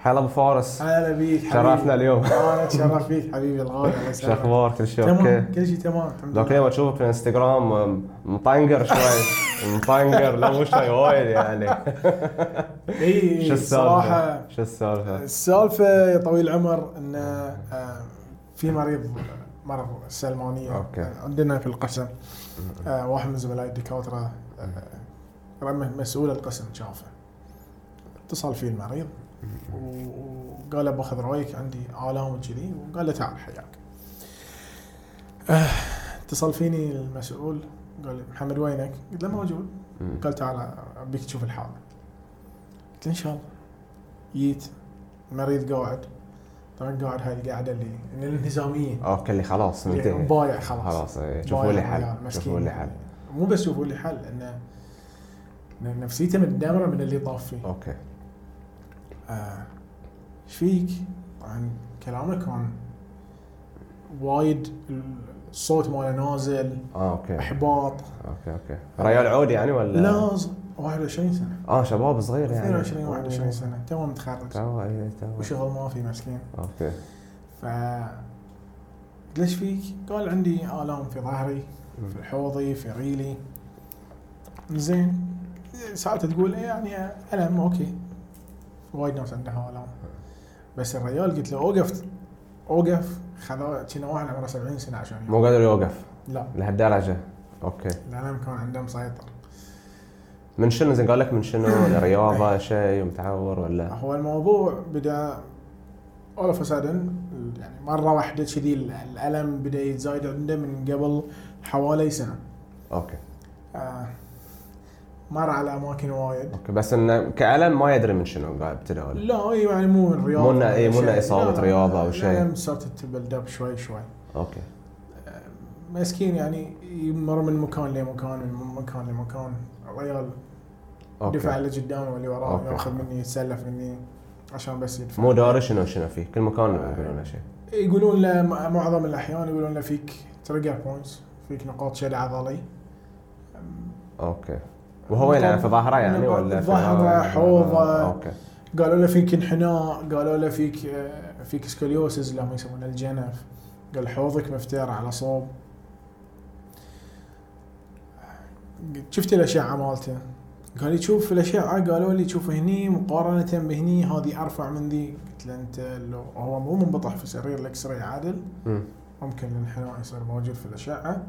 هلا ابو فارس هلا بيك حبيبي شرفنا اليوم. انا اتشرف بيك حبيبي الله يسلمك شو اخبارك كل شيء اوكي تمام كل شيء تمام الحمد دوك لله اليوم اشوفك في الانستغرام أم، مطنقر شوي مطنقر لا مو شوي وايد يعني اي إيه، شو الصراحه السالفه؟ شو السالفه؟ السالفه يا طويل العمر ان آه، في مريض مرض السلمانيه أوكي. آه، عندنا في القسم آه، واحد من زملائي الدكاتره آه، رمه مسؤول القسم شافه اتصل فيه المريض و- وقال له باخذ رايك عندي الام وكذي وقال له تعال حياك آه، اتصل فيني المسؤول قال لي محمد وينك؟ قلت له موجود مم. قال تعال ابيك تشوف الحاله قلت له ان شاء الله جيت المريض قاعد طبعا قاعد هاي القعده اللي اللي الانهزاميه اوكي اللي خلاص اللي منتهي بايع خلاص خلاص إيه. بايع شوفوا لي ريال، حل مسكين. شوفوا لي حل مو بس شوفوا لي حل انه إن نفسيته متدمره من اللي طاف فيه اوكي آه، ايش فيك؟ طبعا كلامه كان وايد الصوت ماله نازل اه اوكي احباط اوكي اوكي ريال عود يعني ولا؟ لا 21 سنه اه شباب صغير يعني إيه، 22 21 سنه توه متخرج تو اي تو وشغل ما في مسكين اوكي ف ليش فيك؟ قال عندي آلام في ظهري في حوضي في ريلي زين ساعات تقول إيه يعني ألم أوكي وايد ناس عندها آلام بس الرجال قلت له أوقف أوقف خذا كنا واحد عمره 70 سنة عشان يوقف. مو قادر يوقف لا لهالدرجه اوكي الألم كان عنده مسيطر من شنو زين قال لك من شنو ولا رياضه شيء متعور ولا هو الموضوع بدا اول اوف يعني مره واحده كذي الالم بدا يتزايد عنده من قبل حوالي سنه اوكي آه، مر على اماكن وايد اوكي بس انه كالم ما يدري من شنو قاعد ابتدى ولا لا إي يعني مو من رياضه مو إنه- إي، مو إنه شيء. إصابة لا، لا، رياضة أو لا، شيء. لا، صارت تبلد اب شوي شوي اوكي مسكين يعني يمر من مكان لمكان من مكان لمكان الرجال دفع اوكي اللي قدامه واللي وراه أوكي. ياخذ مني يتسلف مني عشان بس يدفع مو داري شنو شنو فيه كل مكان يقولون شيء يقولون له م- معظم الاحيان يقولون له فيك تريجر بوينتس فيك نقاط شد عضلي اوكي وهو يلعب في ظهره يعني نقاط ولا في ظهره، حوضه. اوكي قالوا له فيك انحناء قالوا له فيك آه، فيك سكوليوسز لما يسمونه الجنف قال حوضك مفتر على صوب شفت الاشعه مالته قال لي شوف الاشعه آه، قالوا لي شوف هني مقارنه بهني هذه ارفع من ذي قلت له انت لو هو مو منبطح في سرير الاكس راي عادل مم. ممكن الانحناء يصير موجود في الاشعه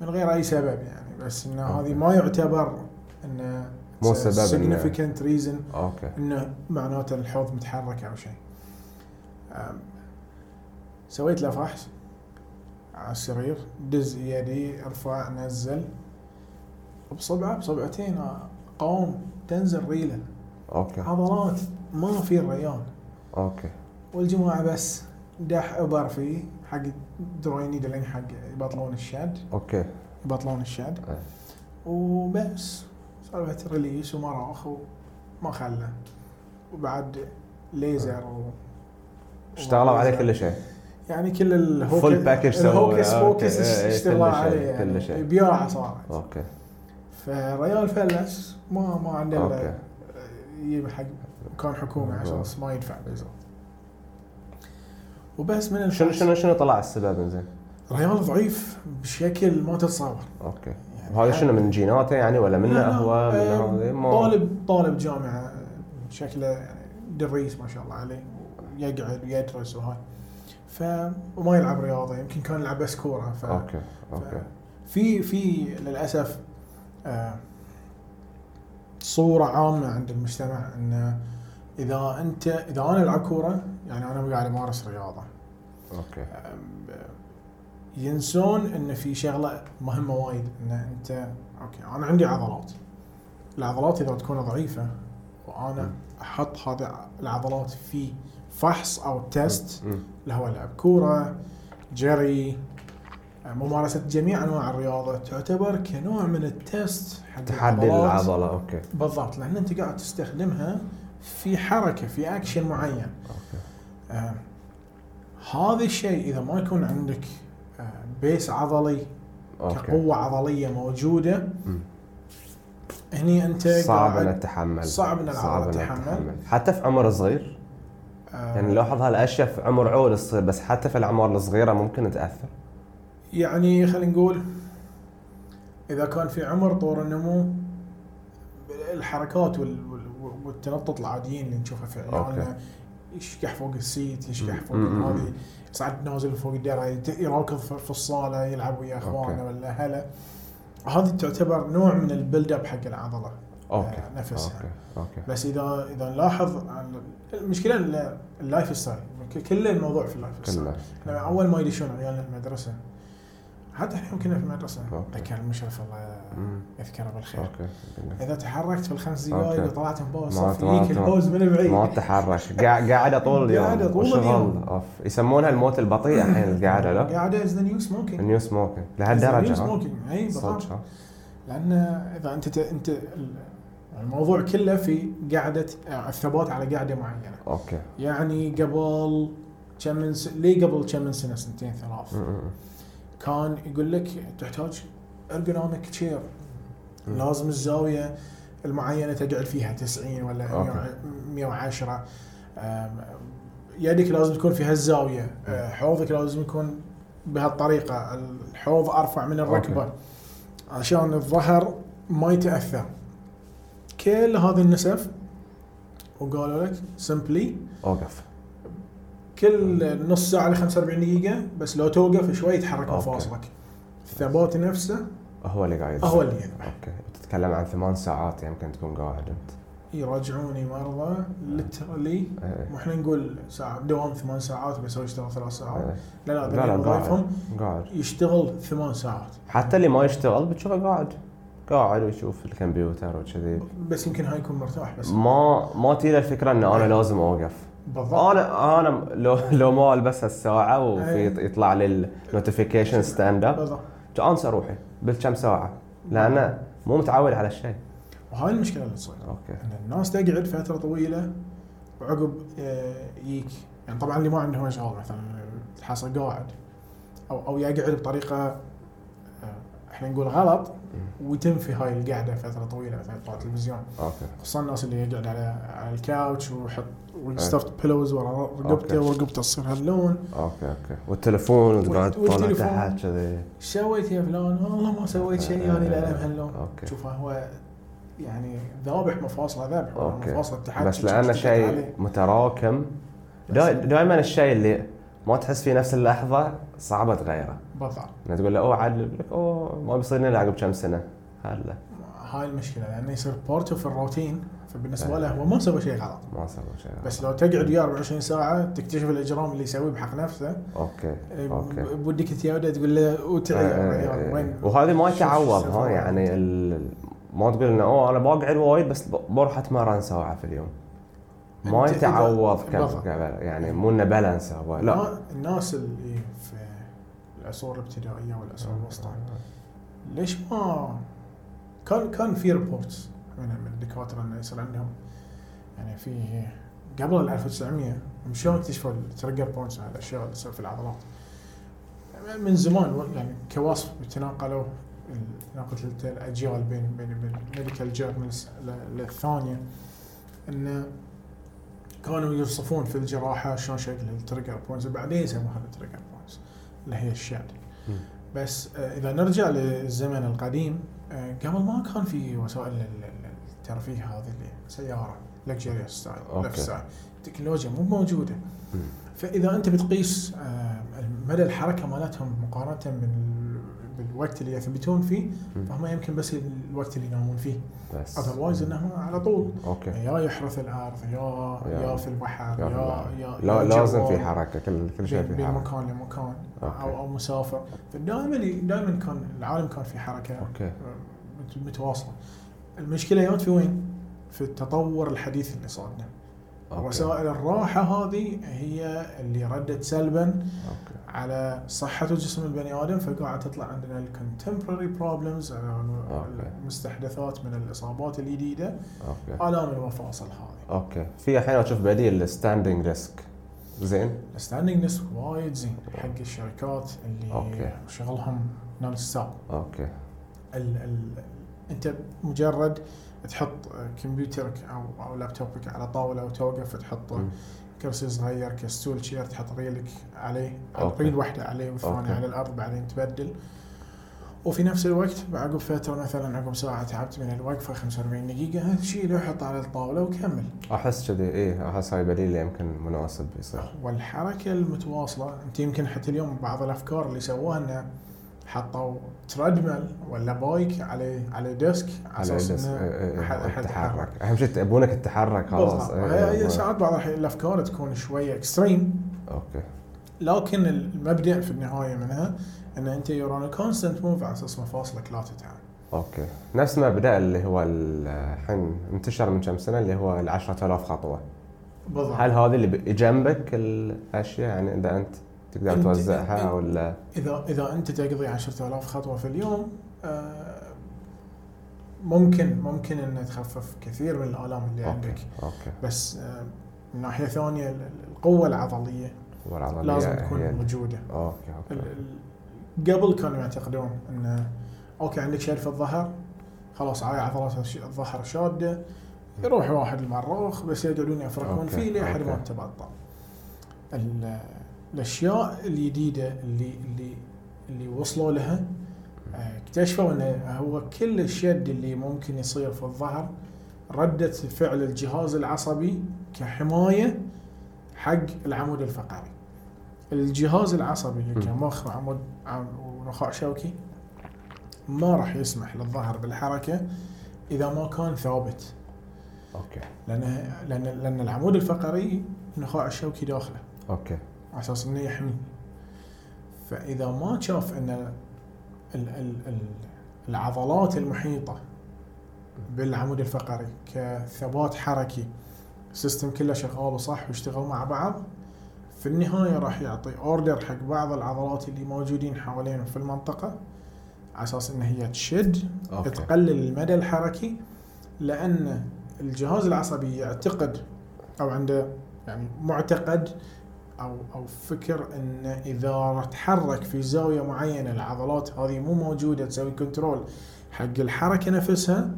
من غير اي سبب يعني بس انه أوكي. هذه ما يعتبر انه مو سبب يعني. إنه- significant reason اوكي انه معناته الحوض متحرك او شيء. أم، سويت له فحص على السرير دز يدي ارفع نزل بصبعه بصبعتين قوم تنزل ريله اوكي عضلات ما في الريان اوكي والجماعه بس دح ابر فيه حق دروين نيدلينج حق يبطلون الشد اوكي يبطلون الشد إيه. وبس سالفه ريليس ومراخ وما خلى وبعد ليزر و اشتغلوا عليه وليزر. كل شيء يعني كل الهوك Full package سووا. الهوكس أوكي. فوكس إيه، إيه، اشتغلوا كل شيء، عليه كل يعني شيء. بياعة صارت اوكي فالريال فلس ما ما عنده اوكي إلا يجيب حق كان حكومي عشان أوكي. بس ما يدفع بالضبط وبس من شنو الفحص- شنو شنو طلع السبب زين ريال ضعيف بشكل ما تتصور اوكي يعني وهذا شنو من جيناته يعني ولا منه لا، لا، هو آه، منه هذه ما طالب طالب جامعه شكله يعني دريس ما شاء الله عليه يقعد ويدرس وهاي ف وما يلعب رياضه يمكن كان يلعب بس كوره ف اوكي ف- اوكي في في للاسف آه، صوره عامه عند المجتمع انه اذا انت اذا انا العب كوره يعني انا قاعد امارس رياضه اوكي أم- ينسون ان في شغله مهمه وايد ان انت اوكي انا عندي عضلات العضلات اذا تكون ضعيفه وانا احط هذه العضلات في فحص او تيست مم. اللي هو لعب كوره جري ممارسه جميع انواع الرياضه تعتبر كنوع من التيست حق تحدي العضلات. العضله اوكي بالضبط لان انت قاعد تستخدمها في حركه في اكشن معين اوكي آه، هذا الشيء اذا ما يكون عندك آه، بيس عضلي اوكي كقوه عضليه موجوده مم. هني انت صعب قاعد- ان اتحمل صعب إن العضلة إن تتحمل. آه، حتى في عمر صغير يعني نلاحظ هالاشياء في عمر عول تصير بس حتى في الاعمار الصغيره ممكن تاثر يعني خلينا نقول اذا كان في عمر طور النمو الحركات وال- وال- والتنطط العاديين اللي نشوفها في أوكي. عيالنا يشكح فوق السيت يشكح فوق مم. هذه ساعات نازل فوق الدرع يت- يراكض في في الصاله يلعب ويا اخوانه أوكي. ولا هلا هذه تعتبر نوع من البيلد اب حق العضله اوكي آه، نفسها. اوكي اوكي بس اذا اذا نلاحظ عن- المشكله ال- اللايف ستايل ك- كل الموضوع في اللايف ستايل كله لما اول ما يدشون عيالنا المدرسه حتى الحين كنا في المدرسه أوكي. ذكر المشرف الله مم. يذكره بالخير اوكي اذا تحركت في الخمس أوكي. دقائق وطلعت من باص ما- ما- يجيك ما- البوز من ما بعيد تحرش قاع- قاعده طول اليوم قاعدة طول وشغل. إيه. اليوم. اوف يسمونها الموت البطيء الحين القاعده لا قاعده از ذا نيو سموكينج النيو سموكينج نيو لهالدرجه ها؟ سموكينج اي بالضبط صدق ها؟ لان اذا انت ت- انت ال- الموضوع كله في قاعده آه، الثبات على قاعده معينه اوكي يعني قبل كم من س... ليه قبل كم من سنه سنتين ثلاث م- م- كان يقول لك تحتاج ارجونوميك تشير مم. لازم الزاويه المعينه تقعد فيها 90 ولا أوكي. 110 أم، يدك لازم تكون في هالزاويه أه، حوضك لازم يكون بهالطريقه الحوض ارفع من الركبه عشان الظهر ما يتاثر كل هذه النسف وقالوا لك سمبلي اوقف كل نص ساعه ل 45 دقيقه بس لو توقف شوي يتحرك أوكي. مفاصلك الثبات نفسه هو اللي قاعد هو اللي ينفع. اوكي تتكلم عن ثمان ساعات يمكن تكون قاعد انت يراجعوني مرضى ليترلي إيه. مو احنا نقول ساعه دوام ثمان ساعات بيسوي يشتغل ثلاث ساعات إيه. لا لا لا لا ذولي وظائفهم إيه. قاعد يشتغل ثمان ساعات حتى اللي ما يشتغل بتشوفه قاعد قاعد ويشوف الكمبيوتر وكذي بس يمكن هاي يكون مرتاح بس ما ما تجي الفكره ان انا لازم اوقف بالضبط انا انا لو لو ما البس هالساعه وفي إيه. يطلع لي النوتيفيكيشن ستاند اب بالضبط انسى روحي بالكم ساعه لان مو متعود على الشيء وهاي المشكله اللي تصير اوكي ان الناس تقعد فتره طويله وعقب آه، يجيك يعني طبعا اللي ما عندهم اشغال مثلا تحصل قاعد او او يقعد بطريقه آه، احنا نقول غلط وتنفي هاي القعده فتره طويله مثلا طلع تلفزيون اوكي خصوصا الناس اللي يقعد على على الكاوتش ويحط ويستفت بيلوز ورا إيه. أوكي. رقبته ورقبته تصير هاللون اوكي اوكي والتلفون وتقعد تطالع والتليفون. تحت كذي "إيش سويت يا فلان والله ما سويت إيه. شيء يعني الالم هاللون اوكي شوف هو يعني ذابح مفاصله ذابح ولا أوكي. مفاصله تحت بس لانه شيء متراكم دائما الشيء اللي ما تحس فيه نفس اللحظه صعبه تغيره بالضبط لما تقول له اوه عدل يقول لك اوه ما بيصير لنا عقب كم سنه هلا هاي المشكله لانه يصير بورتو في الروتين أي. فبالنسبه له هو ما سوى شيء غلط ما سوى شيء بس لو تقعد وياه 24 ساعه تكتشف الاجرام اللي يسويه بحق نفسه اوكي اوكي ب- بودك تياوده تقول له إيه، وتعي يا عيال، يعني وين آه، وهذه ما شوف تعوض السفر. ها يعني ال... ما تقول انه اوه انا بقعد وايد بس ب- بروح اتمرن ساعه في اليوم ما أنت إذا- يتعوض كم بالضبط. يعني مو انه بالانس هو لا النا- الناس اللي في العصور الابتدائيه آه. والعصور الوسطى ليش ما كان كان في ريبورتس من من الدكاتره انه يصير عندهم يعني في قبل ال 1900 هم شلون اكتشفوا التريجر بوينتس الاشياء اللي تصير في العضلات من زمان يعني كوصف يتناقلوا تناقلت الاجيال بين بين بين الميديكال جيرنالز للثانيه انه كانوا يوصفون في الجراحه شلون شكل التريجر بوينتس وبعدين يسموها التريجر بوينتس اللي هي الشعر مم. بس آه، اذا نرجع للزمن القديم آه، قبل ما كان في وسائل ال- ال- الترفيه هذه اللي سياره لكجريوس ستايل أوكي. لايف ستايل التكنولوجيا مو موجوده مم. فاذا انت بتقيس آه، مدى الحركه مالتهم مقارنه من ال- بالوقت اللي يثبتون فيه مم. فهم يمكن بس الوقت اللي ينامون فيه بس اذروايز انهم على طول اوكي يا يحرث الارض يا يا- يا في البحر يا يا الله. يا لا يا لازم في جوال. حركه كل كل شيء بين في بين حركه مكان لمكان أوكي. او او مسافر فدائما دائما كان العالم كان في حركه اوكي مت- متواصله المشكله يوم في وين؟ في التطور الحديث اللي صادنا اوكي وسائل الراحه هذه هي اللي ردت سلبا اوكي على صحه وجسم البني ادم فقاعد تطلع عندنا الكونتمبرري بروبلمز أوكي. المستحدثات من الاصابات الجديده اوكي الام المفاصل هذه اوكي في الحين اشوف بديل ستاندنج ريسك زين الستاندنج ديسك وايد زين حق الشركات اللي أوكي. شغلهم نون ستوب اوكي ال ال انت مجرد تحط كمبيوترك او او لابتوبك على طاوله وتوقف تحطه مم. كرسي صغير كستول شير تحط ريلك عليه أوكي. ريل واحده عليه أوكي. والثانيه على الارض بعدين تبدل وفي نفس الوقت عقب فتره مثلا عقب ساعه تعبت من الوقفه 45 دقيقه شيله وحطه على الطاوله وكمل احس كذي ايه احس هاي بديل يمكن مناسب يصير والحركه المتواصله انت يمكن حتى اليوم بعض الافكار اللي سووها انه حطوا تريدميل ولا بايك على على ديسك على على اساس الجس- إيه، إيه، إيه، انه احد احد يتحرك التحرك اهم شيء تبونك تتحرك خلاص بالضبط إيه، هي إيه، هي ساعات بعض الأحيان الافكار تكون شويه اكستريم اوكي لكن المبدا في النهايه منها ان انت يور اون كونستنت موف على اساس مفاصلك لا تتعب اوكي نفس ما بدا اللي هو ال- الحين انتشر من كم سنه اللي هو ال 10000 خطوه هل بالضبط هذا اللي ب- جنبك الاشياء يعني اذا انت تقدر أنت- توزعها أنت- ولا اذا اذا انت تقضي 10000 خطوه في اليوم آه، ممكن ممكن انه تخفف كثير من الالام اللي اوكي عندك اوكي بس آه، من ناحيه ثانيه ال- ال- القوه العضليه والعضليه لازم هي- تكون موجوده اوكي ال- اوكي ال- قبل كانوا يعتقدون ان اوكي عندك شيء في الظهر خلاص على عضلات الش- الظهر شاده يروح واحد المروخ بس يقعدون يفركون أوكي، فيه لحد ما أوكي. تبطل ال- الاشياء الجديده اللي اللي اللي وصلوا لها آه، اكتشفوا انه هو كل الشد اللي ممكن يصير في الظهر رده فعل الجهاز العصبي كحمايه حق العمود الفقري الجهاز العصبي اللي مم. كمخ وعمود عم- ونخاع شوكي ما راح يسمح للظهر بالحركه اذا ما كان ثابت اوكي لان لان لان العمود الفقري النخاع الشوكي داخله اوكي على اساس انه يحميه فاذا ما شاف ان ال ال ال العضلات المحيطه بالعمود الفقري كثبات حركي السيستم كله شغال وصح ويشتغل مع بعض في النهايه راح يعطي اوردر حق بعض العضلات اللي موجودين حوالينا في المنطقه على اساس ان هي تشد اوكي تقلل المدى الحركي لان الجهاز العصبي يعتقد او عنده يعني معتقد او او فكر ان اذا تحرك في زاويه معينه العضلات هذه مو موجوده تسوي كنترول حق الحركه نفسها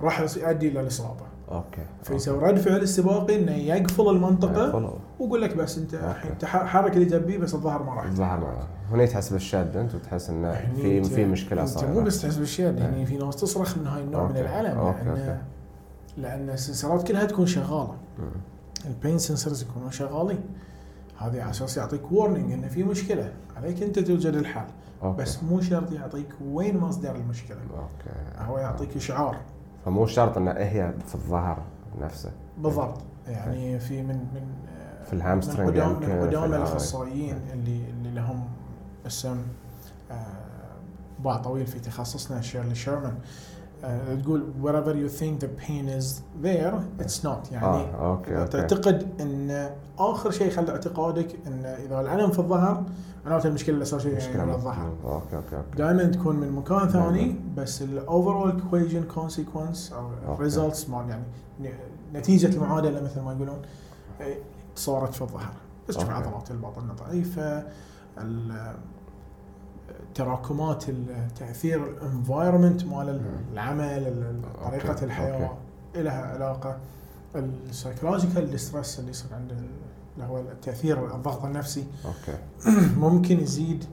راح يؤدي الى الاصابه اوكي فيسوي رد فعل استباقي انه يقفل المنطقه خلاص. ويقول لك بس انت أوكي. الحين تح- حرك اللي جنبي بس الظهر ما راح الظهر معه هنا تحس بالشد انت وتحس انه يعني نعم، في أنت- في مشكله انت صايره مو بس تحس بالشد يعني إيه. في ناس تصرخ من هاي النوع من أوكي. الالم أوكي، أوكي. لان لان السنسرات كلها تكون شغاله مم. البين سنسرز يكونون شغالين هذه على اساس يعطيك وورنينج انه في مشكله عليك انت توجد الحل أوكي. بس مو شرط يعطيك وين مصدر المشكله اوكي هو يعطيك اشعار فمو شرط ان هي في الظهر نفسه بالضبط يعني في من من آه، نعم. في الهامسترنج من قدام يمكن، من في قدام الهاي. الاخصائيين اللي اللي لهم اسم آه، باع طويل في تخصصنا شيرلي شيرمان آه، تقول wherever you think the pain is there it's not يعني اه اوكي إذا اوكي تعتقد ان اخر شيء خلى اعتقادك ان اذا الالم في الظهر معناته المشكله الاساسيه هي مشكله من مع- يعني الظهر اوكي اوكي اوكي دائما تكون من مكان ثاني دايماً. بس الاوفرول كويجن كونسيكونس او أوكي. ريزلتس مال يعني ن- نتيجه المعادله مثل ما يقولون إيه، صارت في الظهر بس شوف أوكي. عضلات البطن ضعيفه ال- تراكمات ال- تاثير الانفايرمنت مال العمل ال- طريقه أوكي. الحياه أوكي. لها علاقه السايكولوجيكال ستريس اللي يصير عند ال- اللي هو التاثير الضغط النفسي اوكي ممكن يزيد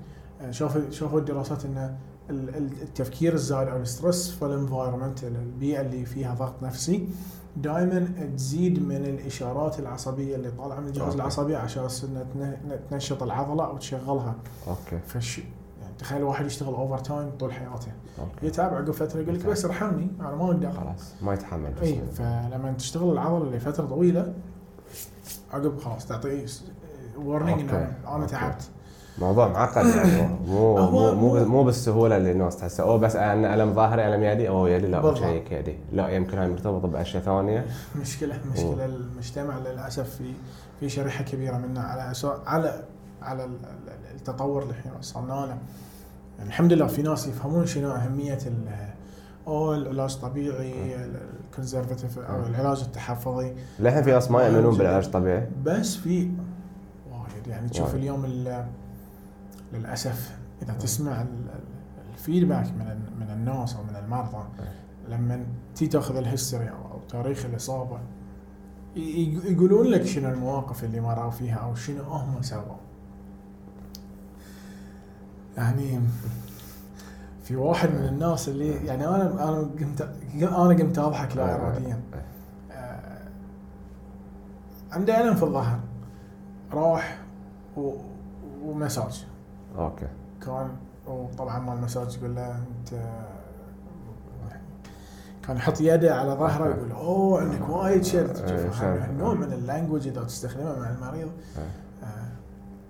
آه، شافوا شافوا الدراسات ان ال- ال- التفكير الزايد او الستريس في الانفايرمنت البيئه اللي فيها ضغط نفسي دائما تزيد من الاشارات العصبيه اللي طالعه من الجهاز أوكي. العصبي عشان انها تن- تنشط العضله او تشغلها اوكي فش يعني تخيل واحد يشتغل اوفر تايم طول حياته اوكي يتعب عقب فتره يقول لك يتعب. بس ارحمني انا ما اقدر خلاص ما يتحمل اي جسمه. فلما تشتغل العضله لفتره طويله عقب خلاص تعطيه ورنينج ان أوكي. انا أنا أوكي. تعبت موضوع معقد يعني مو مو هو- مو مو بالسهوله اللي الناس تحسه اوه بس انا الم ظهري الم يدي اوه يدي لا بالضبط. بشيك يدي لا يمكن هاي مرتبطه باشياء ثانيه مشكلة أوه. مشكلة المجتمع للأسف في في شريحة كبيرة منا على أساس على على ال- ال- التطور اللي احنا وصلنا له يعني الحمد لله في ناس يفهمون شنو أهمية ال أو العلاج الطبيعي الكونسرفتيف أو العلاج التحفظي للحين في ناس ما يؤمنون جداً. بالعلاج الطبيعي بس في وايد يعني تشوف وايد. اليوم ال- للاسف اذا تسمع ال- ال- الفيدباك من ال- من الناس او من المرضى لما تي تاخذ الهيستوري او أو تاريخ الاصابه ي- يقولون لك شنو المواقف اللي مروا فيها او شنو هم سووا يعني في واحد من الناس اللي يعني انا انا قمت انا قمت اضحك لا اراديا إيه. آه، عنده الم في الظهر راح و... ومساج اوكي كان وطبعا مال المساج يقول له انت كان يحط يده على ظهره يقول اوه عندك وايد شد إيه، شوف شد. هذا النوع من اللانجوج اذا تستخدمه مع المريض إيه.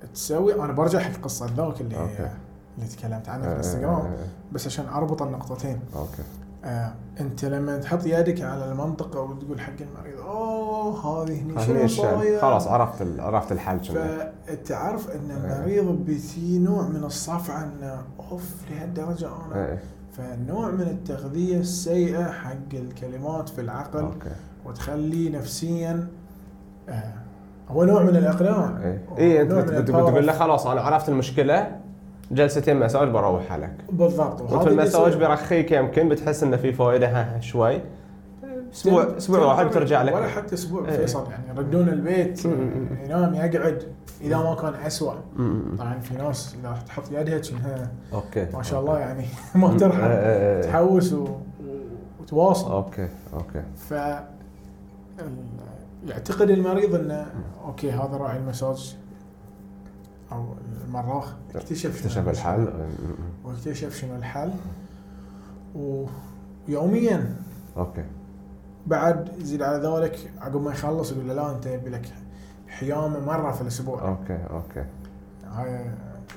آه، تسوي انا برجع حق قصه ذوك اللي أوكي. اللي تكلمت عنها في إيه، الانستغرام إيه، إيه. بس عشان اربط النقطتين اوكي آه، انت لما تحط يدك على المنطقه وتقول حق المريض اوه هذه هني هني شنو الشيء صاير؟ آه، يعني؟ خلاص عرفت إيه. ال- عرفت يعني. الحل شنو فتعرف ان المريض بشي نوع من الصفعه انه اوف لهالدرجه انا إيه، فنوع من التغذيه السيئه حق الكلمات في العقل اوكي وتخليه نفسيا آه، هو نوع من الاقناع اي هو إيه انت نوع بت- من بت- الباور. بتقول له خلاص انا عرفت المشكله جلستين مساج بروح عليك بالضبط وفي المساج بيرخيك يمكن بتحس انه في فائده ها- شوي اسبوع اسبوع واحد بترجع لك ولا حتى اسبوع إيه. فيصل يعني يردون البيت مم. ينام يقعد اذا ما كان اسوء مم. طبعا في ناس اذا تحط يدها كأنها اوكي ما شاء الله يعني ما إيه، ترحم إيه، إيه. تحوس و... و- وتواصل اوكي اوكي ف ال- يعتقد المريض انه اوكي هذا راعي المساج او المراخ اكتشف شنو اكتشف المشكلة. الحل مم. واكتشف شنو الحل و- ويوميا اوكي بعد زيد على ذلك عقب ما يخلص يقول له لا انت يبي لك حيامه مره في الاسبوع اوكي اوكي هاي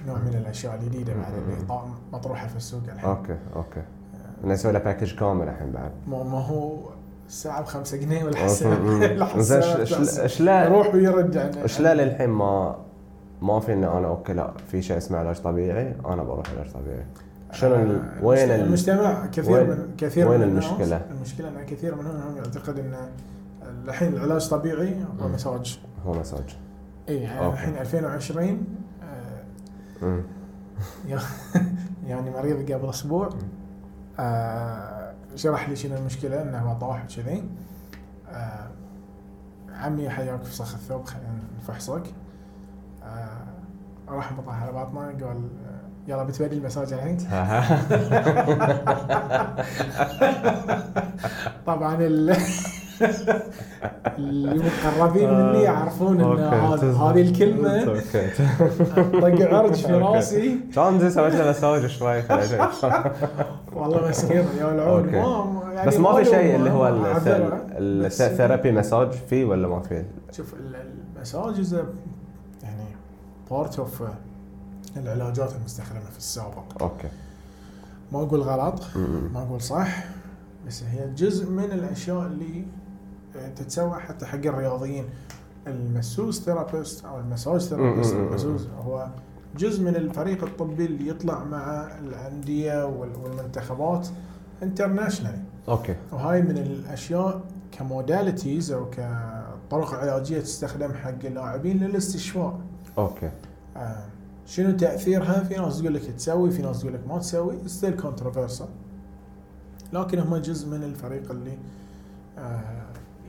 نوع من الاشياء الجديده بعد اللي طا- مطروحه في السوق الحين اوكي اوكي نسوي له باكج كامل الحين بعد ما ما هو الساعه بخمسة جنيه مم. آه، زين إيش- والحساب إيش لا يروح ويرد يعني ايش لا للحين ما ما في ان انا اوكي لا في شيء اسمه علاج طبيعي انا بروح علاج طبيعي شنو آه، ال- وين ال- المجتمع كثير وين- من كثير وين من الناس- المشكلة؟ المشكله ان كثير منهم يعتقد ان الحين العلاج طبيعي هو مم. مساج هو مساج اي يعني أوكي. الحين 2020 آه، مم. يعني مريض قبل اسبوع آه شرح لي شنو المشكله انه هو طاح وكذي آه عمي حياك فسخ الثوب خلينا نفحصك آه راح مطاح على بطنه قال آه، يلا بتبدي المساج الحين طبعا ال المقربين آه، مني يعرفون ان هذا- هذه الكلمه اوكي طق عرج في أوكي. راسي كان زين سويت له مساج شوي يعني خليته. والله مسكين يا العون أوكي. ما- ما- يعني بس ما في قالوا شيء اللي هو ما الث- عذرها. ال- بس- الثيرابي مساج فيه ولا ما فيه؟ شوف ال- المساج is a- يعني بارت اوف العلاجات المستخدمه في السابق اوكي ما اقول غلط م-م. ما اقول صح بس هي جزء من الاشياء اللي آه، تتسوى حتى حق الرياضيين المسوس ثيرابيست او المساج ثيرابيست م- م- م- م. المسوس هو جزء من الفريق الطبي اللي يطلع مع الانديه وال- والمنتخبات انترناشونالي اوكي وهاي من الاشياء كموداليتيز او كطرق علاجيه تستخدم حق اللاعبين للاستشفاء اوكي آه، شنو تاثيرها في ناس تقول لك تسوي في ناس تقول لك ما تسوي ستيل كونتروفيرسال لكن هم جزء من الفريق اللي آه،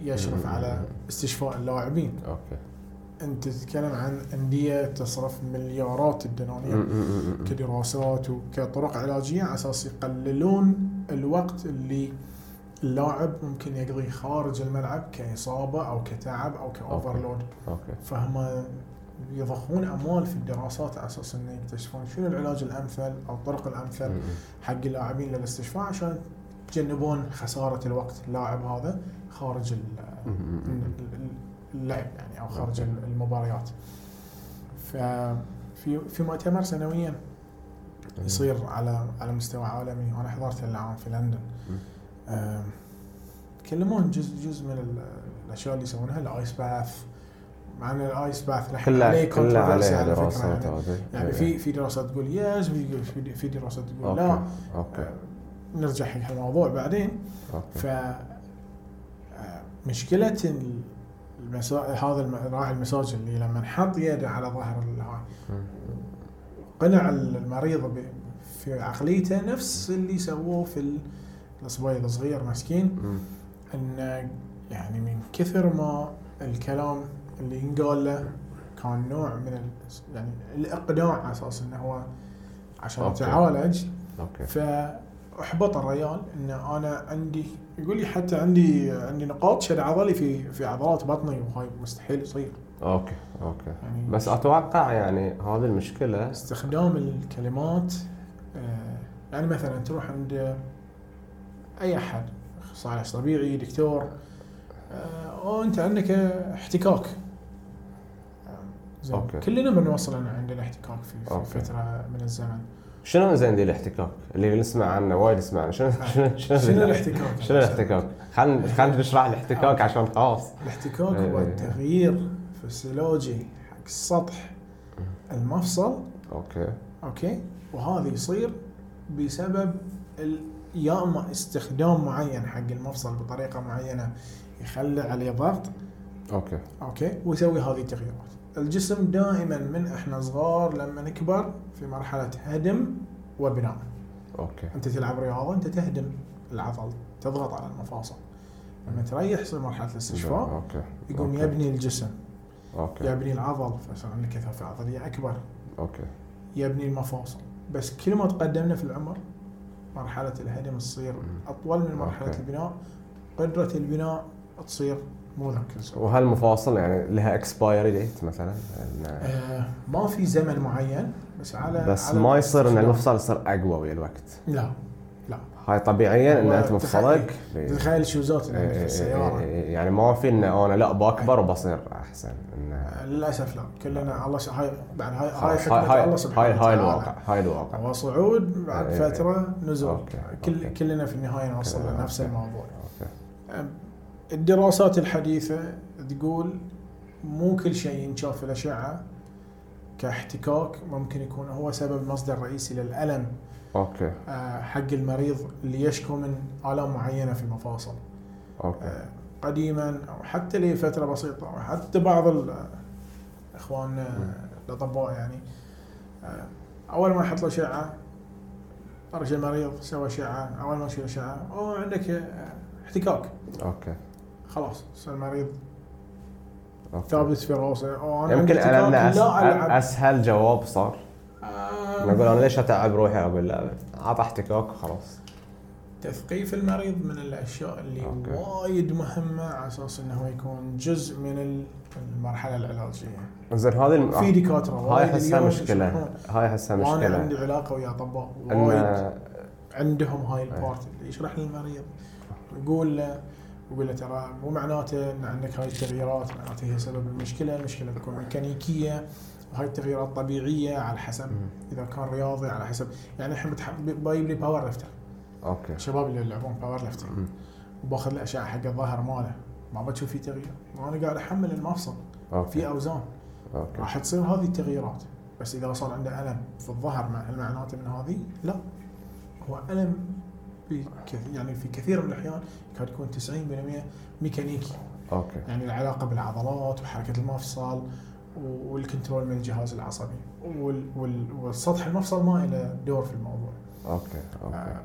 يشرف على استشفاء اللاعبين اوكي انت تتكلم عن انديه تصرف مليارات الدنانير م-م-م-م. كدراسات وكطرق علاجيه على اساس يقللون الوقت اللي اللاعب ممكن يقضيه خارج الملعب كاصابه او كتعب او كاوفرلود اوكي فهم يضخون اموال في الدراسات على اساس انه يكتشفون شنو العلاج الامثل او الطرق الامثل م-م. حق اللاعبين للاستشفاء عشان يتجنبون خساره الوقت اللاعب هذا خارج ال- م-م-م. اللعب يعني او خارج المباريات ففي في مؤتمر سنويا يصير على على مستوى عالمي وانا حضرت العام في لندن آم، يتكلمون جزء جزء من ال- الاشياء اللي يسوونها الايس باث مع ان الايس باث الحين كلها عليه كلها controversy عليها على فكره دراسات إيه. يعني, هذه يعني في في دراسات تقول يس في- في في دراسات تقول اوكي لا اوكي آه، نرجع حق الموضوع بعدين اوكي ف آه، مشكلة ال- المسا... هذا الم- راعي المساج اللي لما نحط يده على ظهر الهاي مم. قنع المريض ب... في عقليته نفس اللي سووه في ال- الصبي الصغير مسكين م. انه يعني من كثر ما الكلام اللي ينقال له كان نوع من ال... يعني الاقناع على اساس انه هو عشان أوكي. تعالج اوكي فاحبط الريال ان انا عندي يقول لي حتى عندي عندي نقاط شد عضلي في في عضلات بطني وهاي مستحيل يصير اوكي اوكي يعني بس اتوقع يعني هذه المشكله استخدام الكلمات آه، يعني مثلا تروح عند اي احد اخصائي علاج طبيعي دكتور آه، او انت عندك آه، احتكاك آه، زين أوكي. كلنا بنوصل أن عندنا احتكاك في, في أوكي. فتره من الزمن شنو زين دي الاحتكاك اللي نسمع عنه وايد نسمع عنه شنو شنو شنو آه، شنو ذي- الاحتكاك؟ شنو الاحتكاك؟ خلينا خلينا نشرح الاحتكاك عشان خلاص الاحتكاك إيه. هو التغيير فسيولوجي حق سطح المفصل اوكي اوكي وهذا يصير بسبب ال... يا اما استخدام معين حق المفصل بطريقه معينه يخلي عليه ضغط اوكي اوكي ويسوي هذه التغييرات الجسم دائما من احنا صغار لما نكبر في مرحله هدم وبناء اوكي انت تلعب رياضه انت تهدم العضل تضغط على المفاصل لما تريح يصير مرحله الاستشفاء اوكي يقوم أوكي. يبني الجسم اوكي يبني العضل فصار عندك كثافه عضليه اكبر اوكي يبني المفاصل بس كل ما تقدمنا في العمر مرحلة الهدم تصير مم. أطول من مرحلة أوكي. البناء قدرة البناء تصير مو ذاك الزود. وهالمفاصل يعني لها اكسبايري ديت مثلا إن- آه ما في زمن معين بس على بس على ما يصير ان الاستخدام. المفصل يصير اقوى ويا الوقت لا هاي طبيعيا ان هو انت تخيل- مفصلك تخيل شو زوت إيه، إيه، في إيه، السيارة إيه، يعني ما في ان انا لا بكبر وبصير احسن إن آه، للأسف لا كلنا الله س- هاي بعد هاي هاي خلاص، حكمة الله آه. هاي سبحانه هاي وتعالى الواقع هاي الواقع وصعود بعد إيه، إيه. فترة نزول أوكي، أوكي. كل كلنا في النهاية نوصل كلنا، لنفس أوكي. الموضوع اوكي الدراسات الحديثة تقول مو كل شيء ينشاف في الأشعة كاحتكاك ممكن يكون هو سبب مصدر رئيسي للألم اوكي آه، حق المريض اللي يشكو من آلام معينة في المفاصل اوكي آه، قديما أو حتى لفترة بسيطة أو حتى بعض ال- آه، إخواننا الأطباء يعني آه، أول ما يحط له أشعة رجع المريض سوى أشعة أول ما يشيل أشعة أو عندك آه، احتكاك اوكي خلاص صار المريض اوكي ثابت في راسه او انا يمكن عندي ارتكاك، ألمنا أس... لا العب اسهل جواب صار آه، نقول انا ليش اتعب روحي اقول لا عطى احتكاك وخلاص تثقيف المريض من الاشياء اللي أوكي. وايد مهمه على اساس انه هو يكون جزء من ال- المرحله العلاجيه زين هذه الم... في دكاتره هاي وايد احسها اليوم مشكله يشوفون. هاي احسها وانا عندي مشكله علاقه ويا اطباء وايد ان عندهم هاي إيه. البارت اللي يشرح للمريض يقول له يقول له ترى مو معناته ان عندك هاي التغييرات معناته هي سبب المشكله، المشكله تكون ميكانيكيه وهاي التغييرات طبيعيه على حسب مم. اذا كان رياضي على حسب يعني الحين بتح- بايب لي باور ليفتر اوكي الشباب اللي يلعبون باور ليفتر مم. وباخذ له اشعه حق الظهر ماله ما بتشوف فيه تغيير وانا قاعد احمل المفصل في اوكي اوزان اوكي راح تصير هذه التغييرات بس اذا صار عنده الم في الظهر مع هل معناته من هذه؟ لا هو الم في كث- يعني في كثير من الاحيان قد يكون 90% ميكانيكي اوكي يعني العلاقه بالعضلات وحركه المفصل و- والكنترول من الجهاز العصبي وال وال والسطح المفصل ما له دور في الموضوع. اوكي اوكي آه،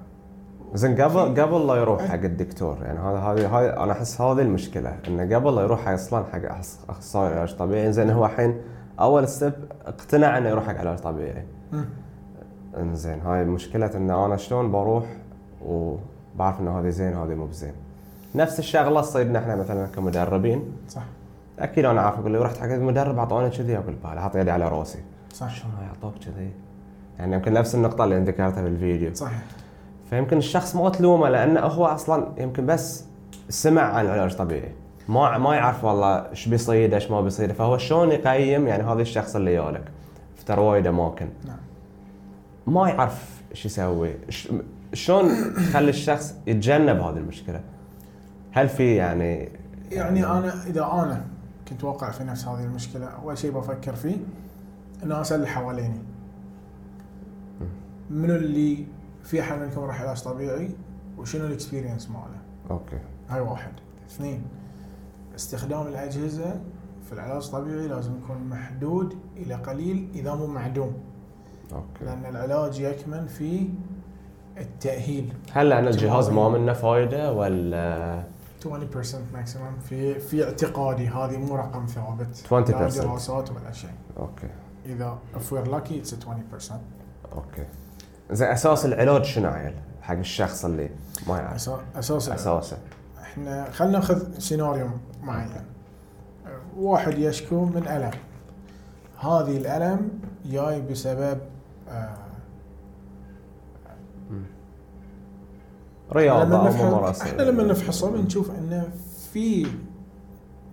زين قبل قبل لا يروح حق الدكتور يعني هذا هذه هاي انا احس هذه المشكله انه قبل لا يروح اصلا حق أخص- اخصائي علاج طبيعي زين هو الحين اول ستيب اقتنع انه يروح حق علاج طبيعي مم. انزين هاي مشكله ان انا شلون بروح وبعرف انه هذه زين وهذه مو بزين نفس الشغله تصيدنا احنا مثلا كمدربين صح اكيد انا عارف اقول له رحت حق المدرب اعطوني كذي اقول بالي حاط يدي على راسي صح شلون يعطوك كذي يعني يمكن نفس النقطه اللي انت ذكرتها بالفيديو صحيح فيمكن الشخص ما تلومه لانه هو اصلا يمكن بس سمع عن العلاج الطبيعي ما ما يعرف والله ايش بيصيده ايش ما بيصيده فهو شلون يقيم يعني هذا الشخص اللي يالك في ترى وايد اماكن نعم ما يعرف ايش يسوي إيش- شلون تخلي الشخص يتجنب هذه المشكله هل في يعني يعني انا اذا انا كنت واقع في نفس هذه المشكله اول شيء بفكر فيه الناس اللي حواليني منو اللي في احد منكم راح علاج طبيعي وشنو الاكسبيرينس ماله اوكي هاي واحد اثنين استخدام الاجهزه في العلاج الطبيعي لازم يكون محدود الى قليل اذا مو معدوم اوكي لان العلاج يكمن في التاهيل هل لان الجهاز ما منه فايده ولا 20% ماكسيمم في في اعتقادي هذه مو رقم ثابت 20% لا دراسات ولا شيء اوكي اذا if we're lucky it's a 20% اوكي زين اساس العلاج شنو عيل حق الشخص اللي ما يعرف أسا- اساس العلاج. اساسه احنا خلينا ناخذ سيناريو معين واحد يشكو من الم هذه الالم جاي بسبب آه، رياضه او نفحص- ممارسه احنا لما نفحصه بنشوف انه في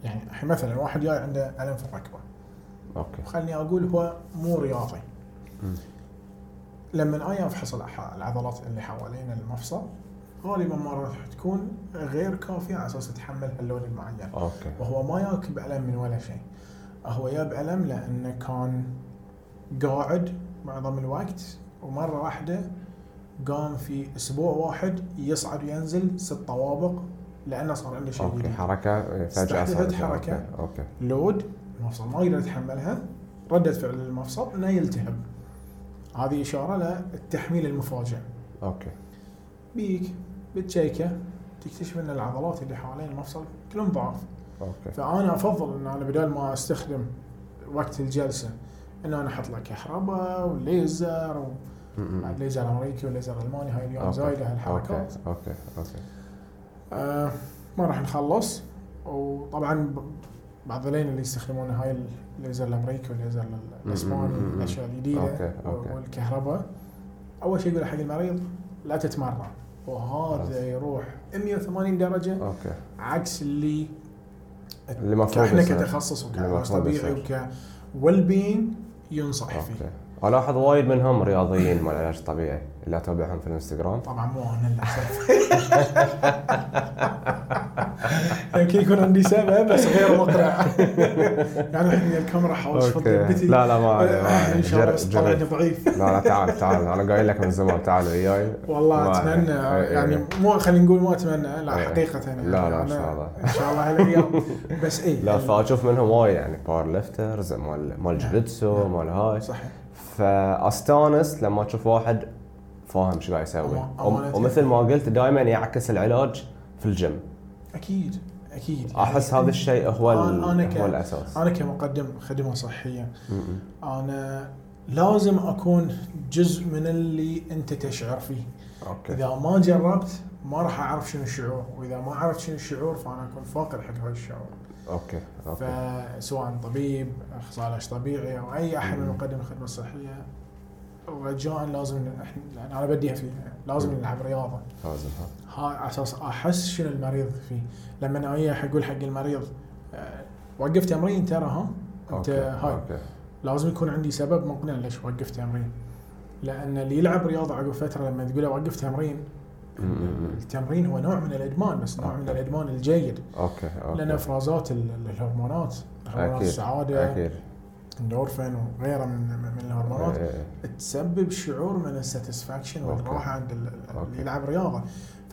يعني احنا مثلا واحد جاي عنده الم في الركبه اوكي خليني اقول هو مو رياضي مم. لما اجي افحص الأح- العضلات اللي حوالين المفصل غالبا ما راح تكون غير كافيه على اساس تتحمل هاللود المعين اوكي وهو ما ياك بألم من ولا شيء هو يا بألم لأنه كان قاعد معظم الوقت ومرة واحدة قام في أسبوع واحد يصعد وينزل ست طوابق لأنه صار عنده شيء اوكي جديد حركه فجاه استحدثت آه، صارت. حركة. اوكي اوكي لود المفصل ما يقدر يتحملها ردة فعل المفصل إنه يلتهب هذه إشارة للتحميل المفاجئ اوكي بيك بتشيكه تكتشف ان العضلات اللي حوالين المفصل كلهم ضعف اوكي فانا افضل ان انا بدل ما استخدم وقت الجلسه ان انا احط لك كهرباء وليزر م- م. والليزر الامريكي والليزر الالماني هاي اليوم أوكي. زايده اوكي هالحركات اوكي اوكي آه ما راح نخلص وطبعا ب- بعض الذين اللي يستخدمون هاي الليزر الامريكي والليزر الاسباني م- م- م. الاشياء الجديده أوكي، أوكي. والكهرباء اول شيء يقول حق المريض لا تتمرن خلاص. وهذا يروح 180 درجه اوكي عكس اللي اللي مفروض احنا يصير. كتخصص وكعلاج المفروض طبيعي يصير. وك ويل بينج ينصح فيه اوكي الاحظ وايد منهم رياضيين مال العلاج الطبيعي اللي اتابعهم في الانستغرام طبعا مو انا للاسف يمكن يعني يكون عندي سبب بس غير مقنع يعني الحين الكاميرا حاولت اشوف ذبتي لا لا ما عليه، ما عليه. ان آه، شاء الله جر- بس جرب. طلعني ضعيف لا لا تعال تعال انا قايل لك من زمان تعال وياي والله ما عليه. اتمنى إيه، يعني إيه. مو خلينا نقول مو اتمنى لا إيه. حقيقه يعني لا، لا، إن أنا- شاء الله. ان شاء الله هالايام بس إيه، اي لا فاشوف منهم وايد يعني باور ليفترز مال مال جوجيتسو مال هاي صحيح فاستانس لما اشوف واحد فاهم شو قاعد يسوي أما- وم- أمانة. ومثل ما قلت دائما يعكس العلاج في الجيم اكيد اكيد احس هذا الشيء هو ال- يعني أنا- أنا ك- هو الاساس انا كمقدم خدمه صحيه م-م. انا لازم اكون جزء من اللي انت تشعر فيه اوكي اذا ما جربت ما راح اعرف شنو الشعور واذا ما عرفت شنو الشعور فانا اكون فاقد حق هاي الشعور اوكي اوكي فسواء طبيب اخصائي علاج طبيعي او اي احد من مم. مقدم الخدمه الصحيه رجاء لازم إن احنا لان انا بديها فيها لازم مم. نلعب رياضه لازم ها هاي على اساس احس شنو المريض فيه لما انا وياه اقول حق المريض آه، وقف تمرين ترى ها انت اوكي هاي اوكي لازم يكون عندي سبب مقنع ليش وقف تمرين لان اللي يلعب رياضه عقب فتره لما تقول له وقف تمرين م-م. التمرين هو نوع من الادمان بس نوع من أوكي. الادمان الجيد اوكي لان اوكي افرازات ال- الهرمونات هرمونات أكيد. السعاده اكيد اندورفين وغيرها من من الهرمونات إيه، إيه. تسبب شعور من الساتسفاكشن أوكي. والراحه عند ال- ال- أوكي. اللي يلعب رياضه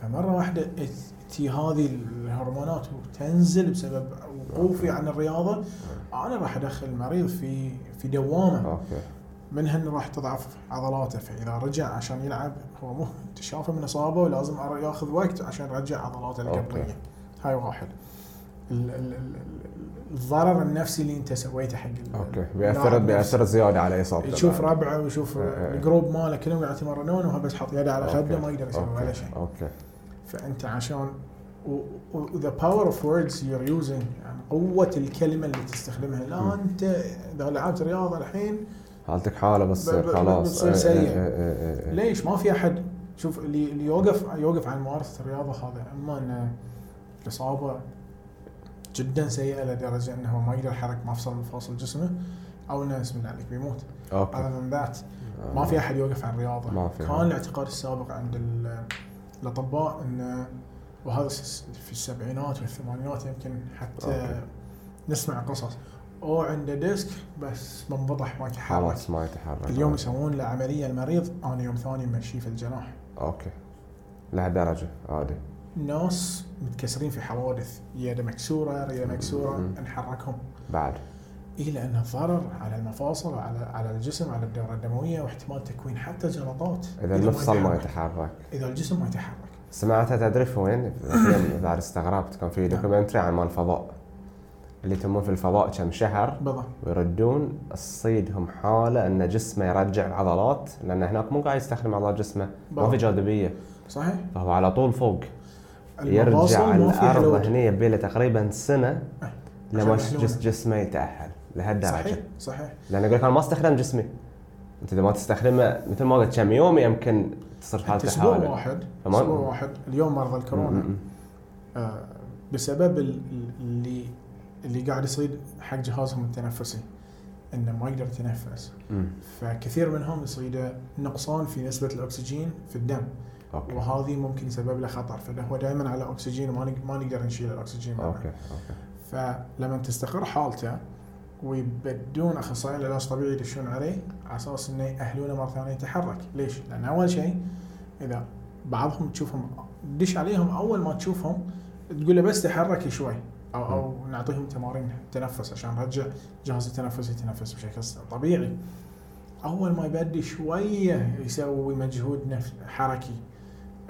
فمره واحده تي هذه الهرمونات وتنزل بسبب وقوفي عن الرياضه انا راح ادخل المريض في في دوامه اوكي منهن راح تضعف عضلاته فاذا رجع عشان يلعب هو مو شافه من اصابه ولازم أر- ياخذ وقت عشان يرجع أوكي. عضلاته القبليه هاي واحد ال- ال- ال- ال- الضرر النفسي اللي انت سويته حق ال- اوكي بياثر اللاعب نفسه. بياثر زياده على اصابته يشوف بعد. ربعه ويشوف إيه إيه. الجروب ماله كلهم قاعد يتمرنون وهو بس حاط يده على أوكي. خده ما يقدر يسوي أوكي. ولا شيء اوكي فانت عشان وذا باور اوف ووردز يور يوزنج يعني قوه الكلمه اللي تستخدمها مم. لا انت اذا لعبت رياضه الحين حالتك حاله ب- بتصير ب- خلاص بتصير إيه، إيه، إيه، سيء. إيه، إيه. ليش ما في احد شوف اللي اللي يوقف يوقف عن ممارسه الرياضه هذا اما انه اصابه جدا سيئه لدرجه انه ما يقدر يحرك مفصل من فاصل جسمه او انه اسم الله عليك بيموت اوكي other than that ما في احد يوقف عن الرياضه آه. ما في. كان الاعتقاد السابق عند ال- الاطباء انه وهذا س- في السبعينات والثمانينات يمكن حتى أوكي. نسمع قصص او عنده ديسك بس منبطح ما يتحرك خلاص ما يتحرك اليوم يسوون له عمليه المريض انا يوم ثاني مشي في الجناح اوكي لهالدرجه عادي ناس متكسرين في حوادث يده مكسوره رجله مكسوره مم. نحركهم بعد اي لان الضرر على المفاصل وعلى على الجسم على الدوره الدمويه واحتمال تكوين حتى جلطات اذا ما المفصل ما يتحرك. يتحرك اذا الجسم ما يتحرك سمعتها تدري في وين؟ في- بعد استغربت كان في دوكيومنتري عن مال الفضاء اللي يتمون في الفضاء كم شهر بالضبط ويردون الصيدهم حاله ان جسمه يرجع العضلات لان هناك مو قاعد يستخدم عضلات جسمه ما بالضبط. في جاذبيه صحيح فهو على طول فوق المفاصل يرجع على ما فيها الارض لود. هني يبي له تقريبا سنه أه. لما عشان جس يحلونه. جسمه يتاهل لهالدرجه صحيح صحيح لان يقول لك انا ما استخدم جسمي انت اذا ما تستخدمه مثل ما قلت كم يوم يمكن تصير انت حالته اسبوع حاله واحد فما- اسبوع واحد اليوم مرضى الكورونا م- م- آه، بسبب ال- اللي اللي قاعد يصير حق جهازهم التنفسي انه ما يقدر يتنفس م. فكثير منهم يصيده نقصان في نسبه الاكسجين في الدم اوكي وهذه ممكن يسبب له خطر فهو دائما على اكسجين وما نق- ما نقدر نشيل الاكسجين معنا اوكي اوكي فلما تستقر حالته ويبدون اخصائيين علاج طبيعي يدشون عليه على اساس انه ياهلونه مره ثانيه يتحرك، ليش؟ لان اول شيء اذا بعضهم تشوفهم دش عليهم اول ما تشوفهم تقول له بس تحرك شوي او او نعطيهم تمارين تنفس عشان نرجع جهاز التنفس يتنفس بشكل طبيعي. اول ما يبدي شويه يسوي مجهود نفس حركي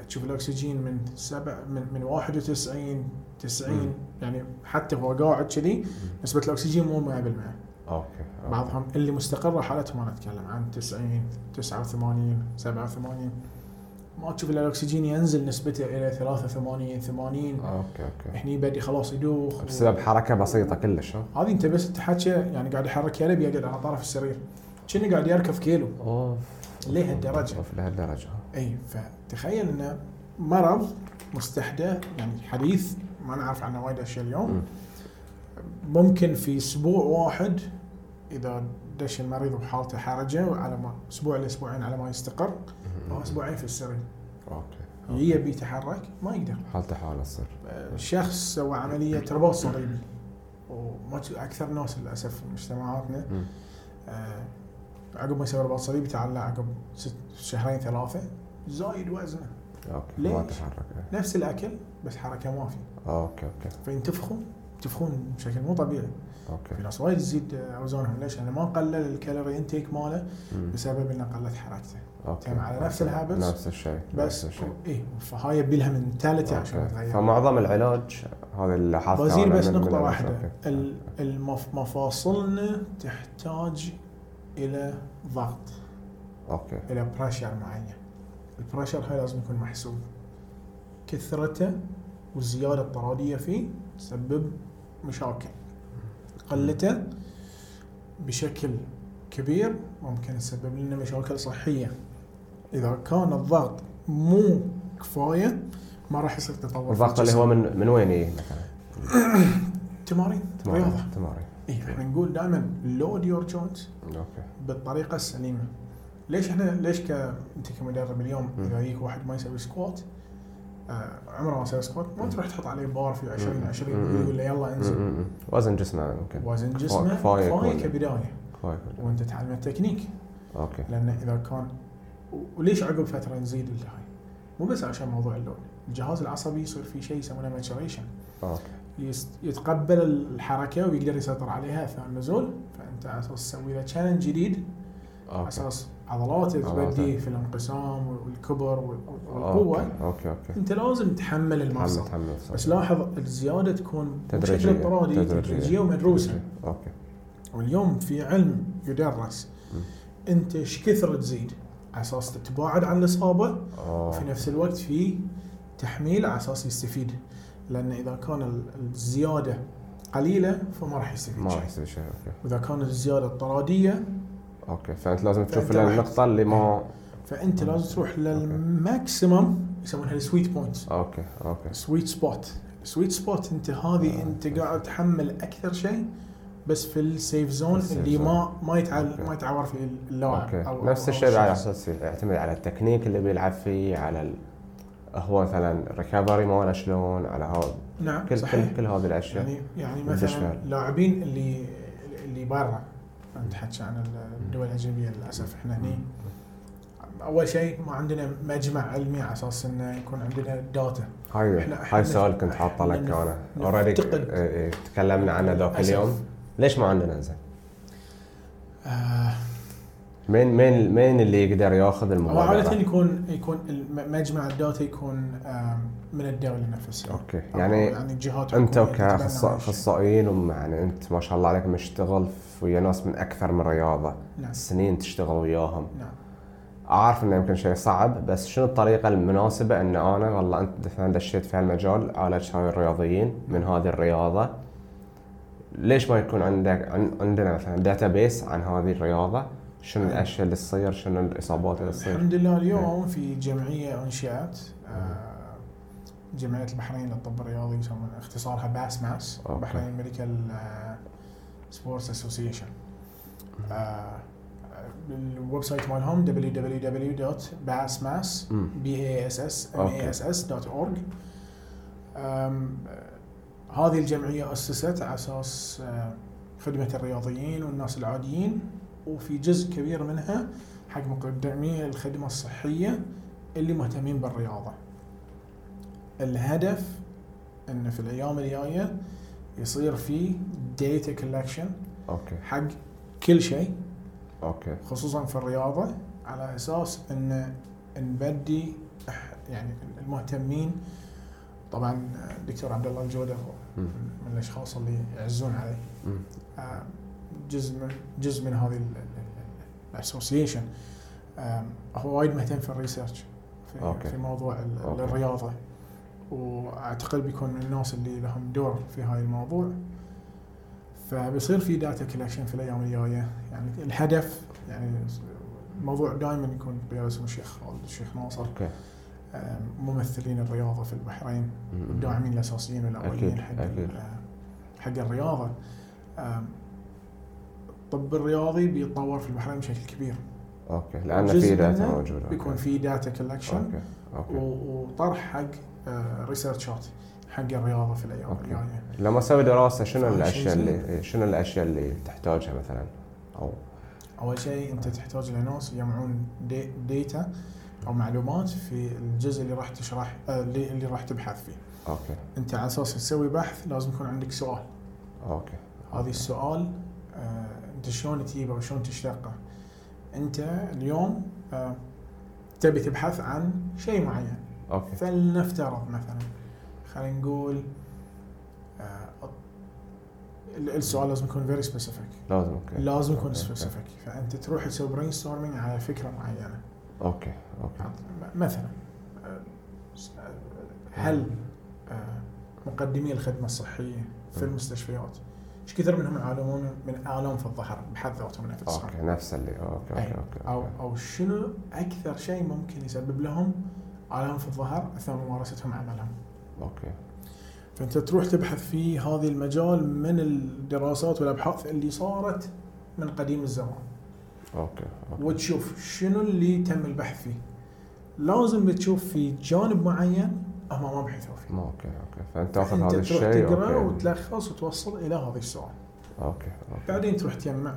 تشوف الاكسجين من سبع من من 91 90 مم. يعني حتى هو قاعد كذي نسبه الاكسجين مو 100% اوكي أوكي. بعضهم اللي مستقره حالتهم انا اتكلم عن 90 89 87 ما تشوف الا الاكسجين ينزل نسبته الى 83 80 اوكي اوكي هني بدي خلاص يدوخ بسبب حركه بسيطه كلش ها؟ هذه انت بس تحكي يعني قاعد يحرك يده يقعد على طرف السرير كأنه قاعد يركض كيلو اوف لهالدرجة. اوف لهالدرجه اي إيه، فتخيل انه مرض مستحدث يعني حديث ما نعرف عنه وايد اشياء مم. اليوم ممكن في اسبوع واحد اذا دش المريض وحالته حرجه على ما اسبوع لاسبوعين على ما يستقر او اسبوعين في السرير اوكي أوكي. يبي يتحرك ما يقدر حالته حاله تصير آه، شخص سوى عمليه رباط صليبي وما ت- اكثر ناس للاسف في مجتمعاتنا مم. آه، عقب ما يسوي رباط صليبي تعلى عقب ست شهرين ثلاثه زايد وزنه اوكي ما ليش؟ تحرك إيه. نفس الاكل بس حركه ما في اوكي اوكي فينتفخون ينتفخون بشكل مو طبيعي في اوكي ناس وايد تزيد اوزانهم ليش؟ لانه ما قلل الكالوري انتيك ماله مم. بسبب انه قلت حركته اوكي تم يعني على نفس أوكي. الهابتس. نفس الشيء بس نفس الشيء اي فهاي يبي لها منتاليتي عشان أوكي. تتغير فمعظم العلاج هذا اللي حاطه بزيل أنا يعني. بس من- من نقطة العلاج. واحدة أوكي. ال- المف- مفاصلنا تحتاج إلى ضغط اوكي إلى بريشر معين البريشر هاي لازم يكون محسوب كثرته والزيادة الطرادية فيه تسبب مشاكل قلته بشكل كبير ممكن تسبب لنا مشاكل صحية إذا كان الضغط مو كفاية ما راح يصير تطور في الضغط اللي الجسم. هو من من وين يجي مثلا؟ تمارين رياضة تمارين تمارين اي احنا نقول دائما لود يور جوينت اوكي بالطريقه السليمه ليش احنا ليش ك انت كمدرب اليوم مم. اذا يجيك واحد ما يسوي سكوات آه عمره ما سوى سكوات ما تروح تحط عليه بار في 20 مم. 20 ويقول له يلا انزل م- م- م. وزن جسمه يمكن وزن جسمه كفاية كفايه يكون. كبدايه كفاية كله. وانت تعلم التكنيك اوكي لان اذا كان و- وليش عقب فتره نزيد الهاي مو بس عشان موضوع اللون الجهاز العصبي يصير فيه شيء يسمونه ماتشوريشن اوكي يست- يتقبل الحركه ويقدر يسيطر عليها اثناء النزول فانت على اساس تسوي له تشالنج جديد على اوكي اساس عضلاته عضلاته. تبدي في الانقسام والكبر وال- والقوه اوكي اوكي اوكي انت لازم تحمل المرسى تحمل- تحمل صح. بس لاحظ الزياده تكون تدريجية. بشكل طرادي تدريجيه ومدروسه تدريجية. اوكي واليوم في علم يدرس مم. انت ايش كثر تزيد على اساس تتباعد عن الاصابه وفي اوه نفس الوقت في تحميل على اساس يستفيد لان اذا كان ال- الزياده قليله فما راح يستفيد ما راح شيء يصير شيء اوكي واذا كانت الزياده الطراديه اوكي فانت لازم تشوف فأنت راح- النقطة اللي ما فانت مم. لازم تروح للماكسيمم يسمونها السويت بوينت اوكي اوكي سويت سبوت سويت سبوت انت هذه آه، انت أوكي. قاعد تحمل اكثر شيء بس في السيف زون السيف اللي زون. ما ما أوكي. يتعال ما يتعور في اللاعب اوكي أو- نفس أو- أو الشيء على الشخص. اساس يعتمد على التكنيك اللي بيلعب فيه على ال... هو مثلا ريكفري ماله شلون على هذا نعم كل صحيح كل كل هذه الاشياء يعني يعني بالدشمال. مثلا اللاعبين اللي اللي برا نتحكي عن الدول الاجنبيه للاسف احنا هني اول شيء ما عندنا مجمع علمي على اساس انه يكون عندنا داتا هاي إحنا- هاي إحنا السؤال كنت حاطه إحنا لك نف- انا اوريدي نفتقد. إيه، تكلمنا عنه ذاك للأسف. اليوم ليش ما عندنا زين؟ آه مين مين مين اللي يقدر ياخذ هو عاده المبادره؟ يكون يكون الم- مجمع الداتا يكون آم، من الدوله نفسها اوكي أو يعني يعني الجهات انت الحكومية اللي تتبنى هذا الشيء. كاخصائيين وم- يعني انت ما شاء الله عليك مشتغل في- ويا ناس من اكثر من رياضه نعم سنين تشتغل وياهم نعم اعرف انه يمكن شيء صعب بس شنو الطريقه المناسبه ان انا والله انت مثلا دشيت في هالمجال عالج هاي الرياضيين من هذه الرياضه ليش ما يكون عندك عن- عندنا مثلا داتا بيس عن هذه الرياضه شنو الاشياء اللي تصير شنو الاصابات اللي تصير الحمد لله نعم. اليوم في جمعيه انشئت آه، جمعيه البحرين للطب الرياضي يسمون اختصارها باس ماس أوكي. بحرين ميديكال سبورتس اسوسيشن الويب سايت مالهم www.bassmass مم. bassmass.org أم، آه، هذه الجمعية أسست على أساس آه، خدمة الرياضيين والناس العاديين وفي جزء كبير منها حق مقدمي الخدمة الصحية اللي مهتمين بالرياضة الهدف أن في الأيام الجاية يصير في ديتا كولكشن اوكي حق كل شيء اوكي خصوصا في الرياضة على أساس أن نبدي إح- يعني المهتمين طبعا الدكتور عبد الله الجودة هو مم. من الأشخاص اللي يعزون عليه مم. آه، جزء من جزء من هذه ال- ال- ال- الاسوسيشن آم، هو وايد مهتم في الريسيرش في, أوكي. في موضوع ال- أوكي. الرياضه واعتقد بيكون من الناس اللي لهم دور في هاي الموضوع فبيصير في داتا كولكشن في الايام الجايه يعني الهدف يعني الموضوع دائما يكون بيرسم الشيخ خالد الشيخ ناصر اوكي آم، ممثلين الرياضه في البحرين مم. الداعمين الاساسيين والاولين أكيد، حق أكيد. ال- حق الرياضه آم، الطب الرياضي بيتطور في البحرين بشكل كبير اوكي لان جزء في داتا منها موجوده أوكي. بيكون في داتا كولكشن اوكي اوكي وطرح حق آه، ريسيرشات حق الرياضه في الايام أوكي. الجايه لما اسوي دراسه شنو فاهم الاشياء شو اللي شنو الاشياء اللي تحتاجها مثلا او اول شيء انت تحتاج لناس يجمعون دي- ديتا او معلومات في الجزء اللي راح تشرح آه، اللي اللي راح تبحث فيه اوكي انت على اساس تسوي بحث لازم يكون عندك سؤال اوكي هذا السؤال آه، انت شلون تجيبه وشلون تشتقه انت اليوم آه، تبي تبحث عن شيء معين اوكي فلنفترض مثلا خلينا نقول آه، ال- السؤال لازم يكون فيري سبيسيفيك لازم اوكي لازم يكون أوكي. سبيسيفيك فانت تروح تسوي برين ستورمينج على فكره معينه اوكي اوكي م- مثلا آه، س- آه، هل آه، مقدمي الخدمه الصحيه في المستشفيات ايش كثر منهم يعانون من الام في الظهر بحد ذاتهم نفسهم اوكي نفس اللي اوكي أي. اوكي اوكي او أوكي. او شنو اكثر شيء ممكن يسبب لهم الام في الظهر اثناء ممارستهم عملهم اوكي فانت تروح تبحث في هذا المجال من الدراسات والابحاث اللي صارت من قديم الزمان اوكي اوكي وتشوف شنو اللي تم البحث فيه لازم بتشوف في جانب معين هم ما بحثوا فيه ما اوكي اوكي فانت تاخذ انت هذا تروح الشيء تقرا اوكي وتلخص وتوصل الى هذا السؤال اوكي اوكي بعدين تروح تجمع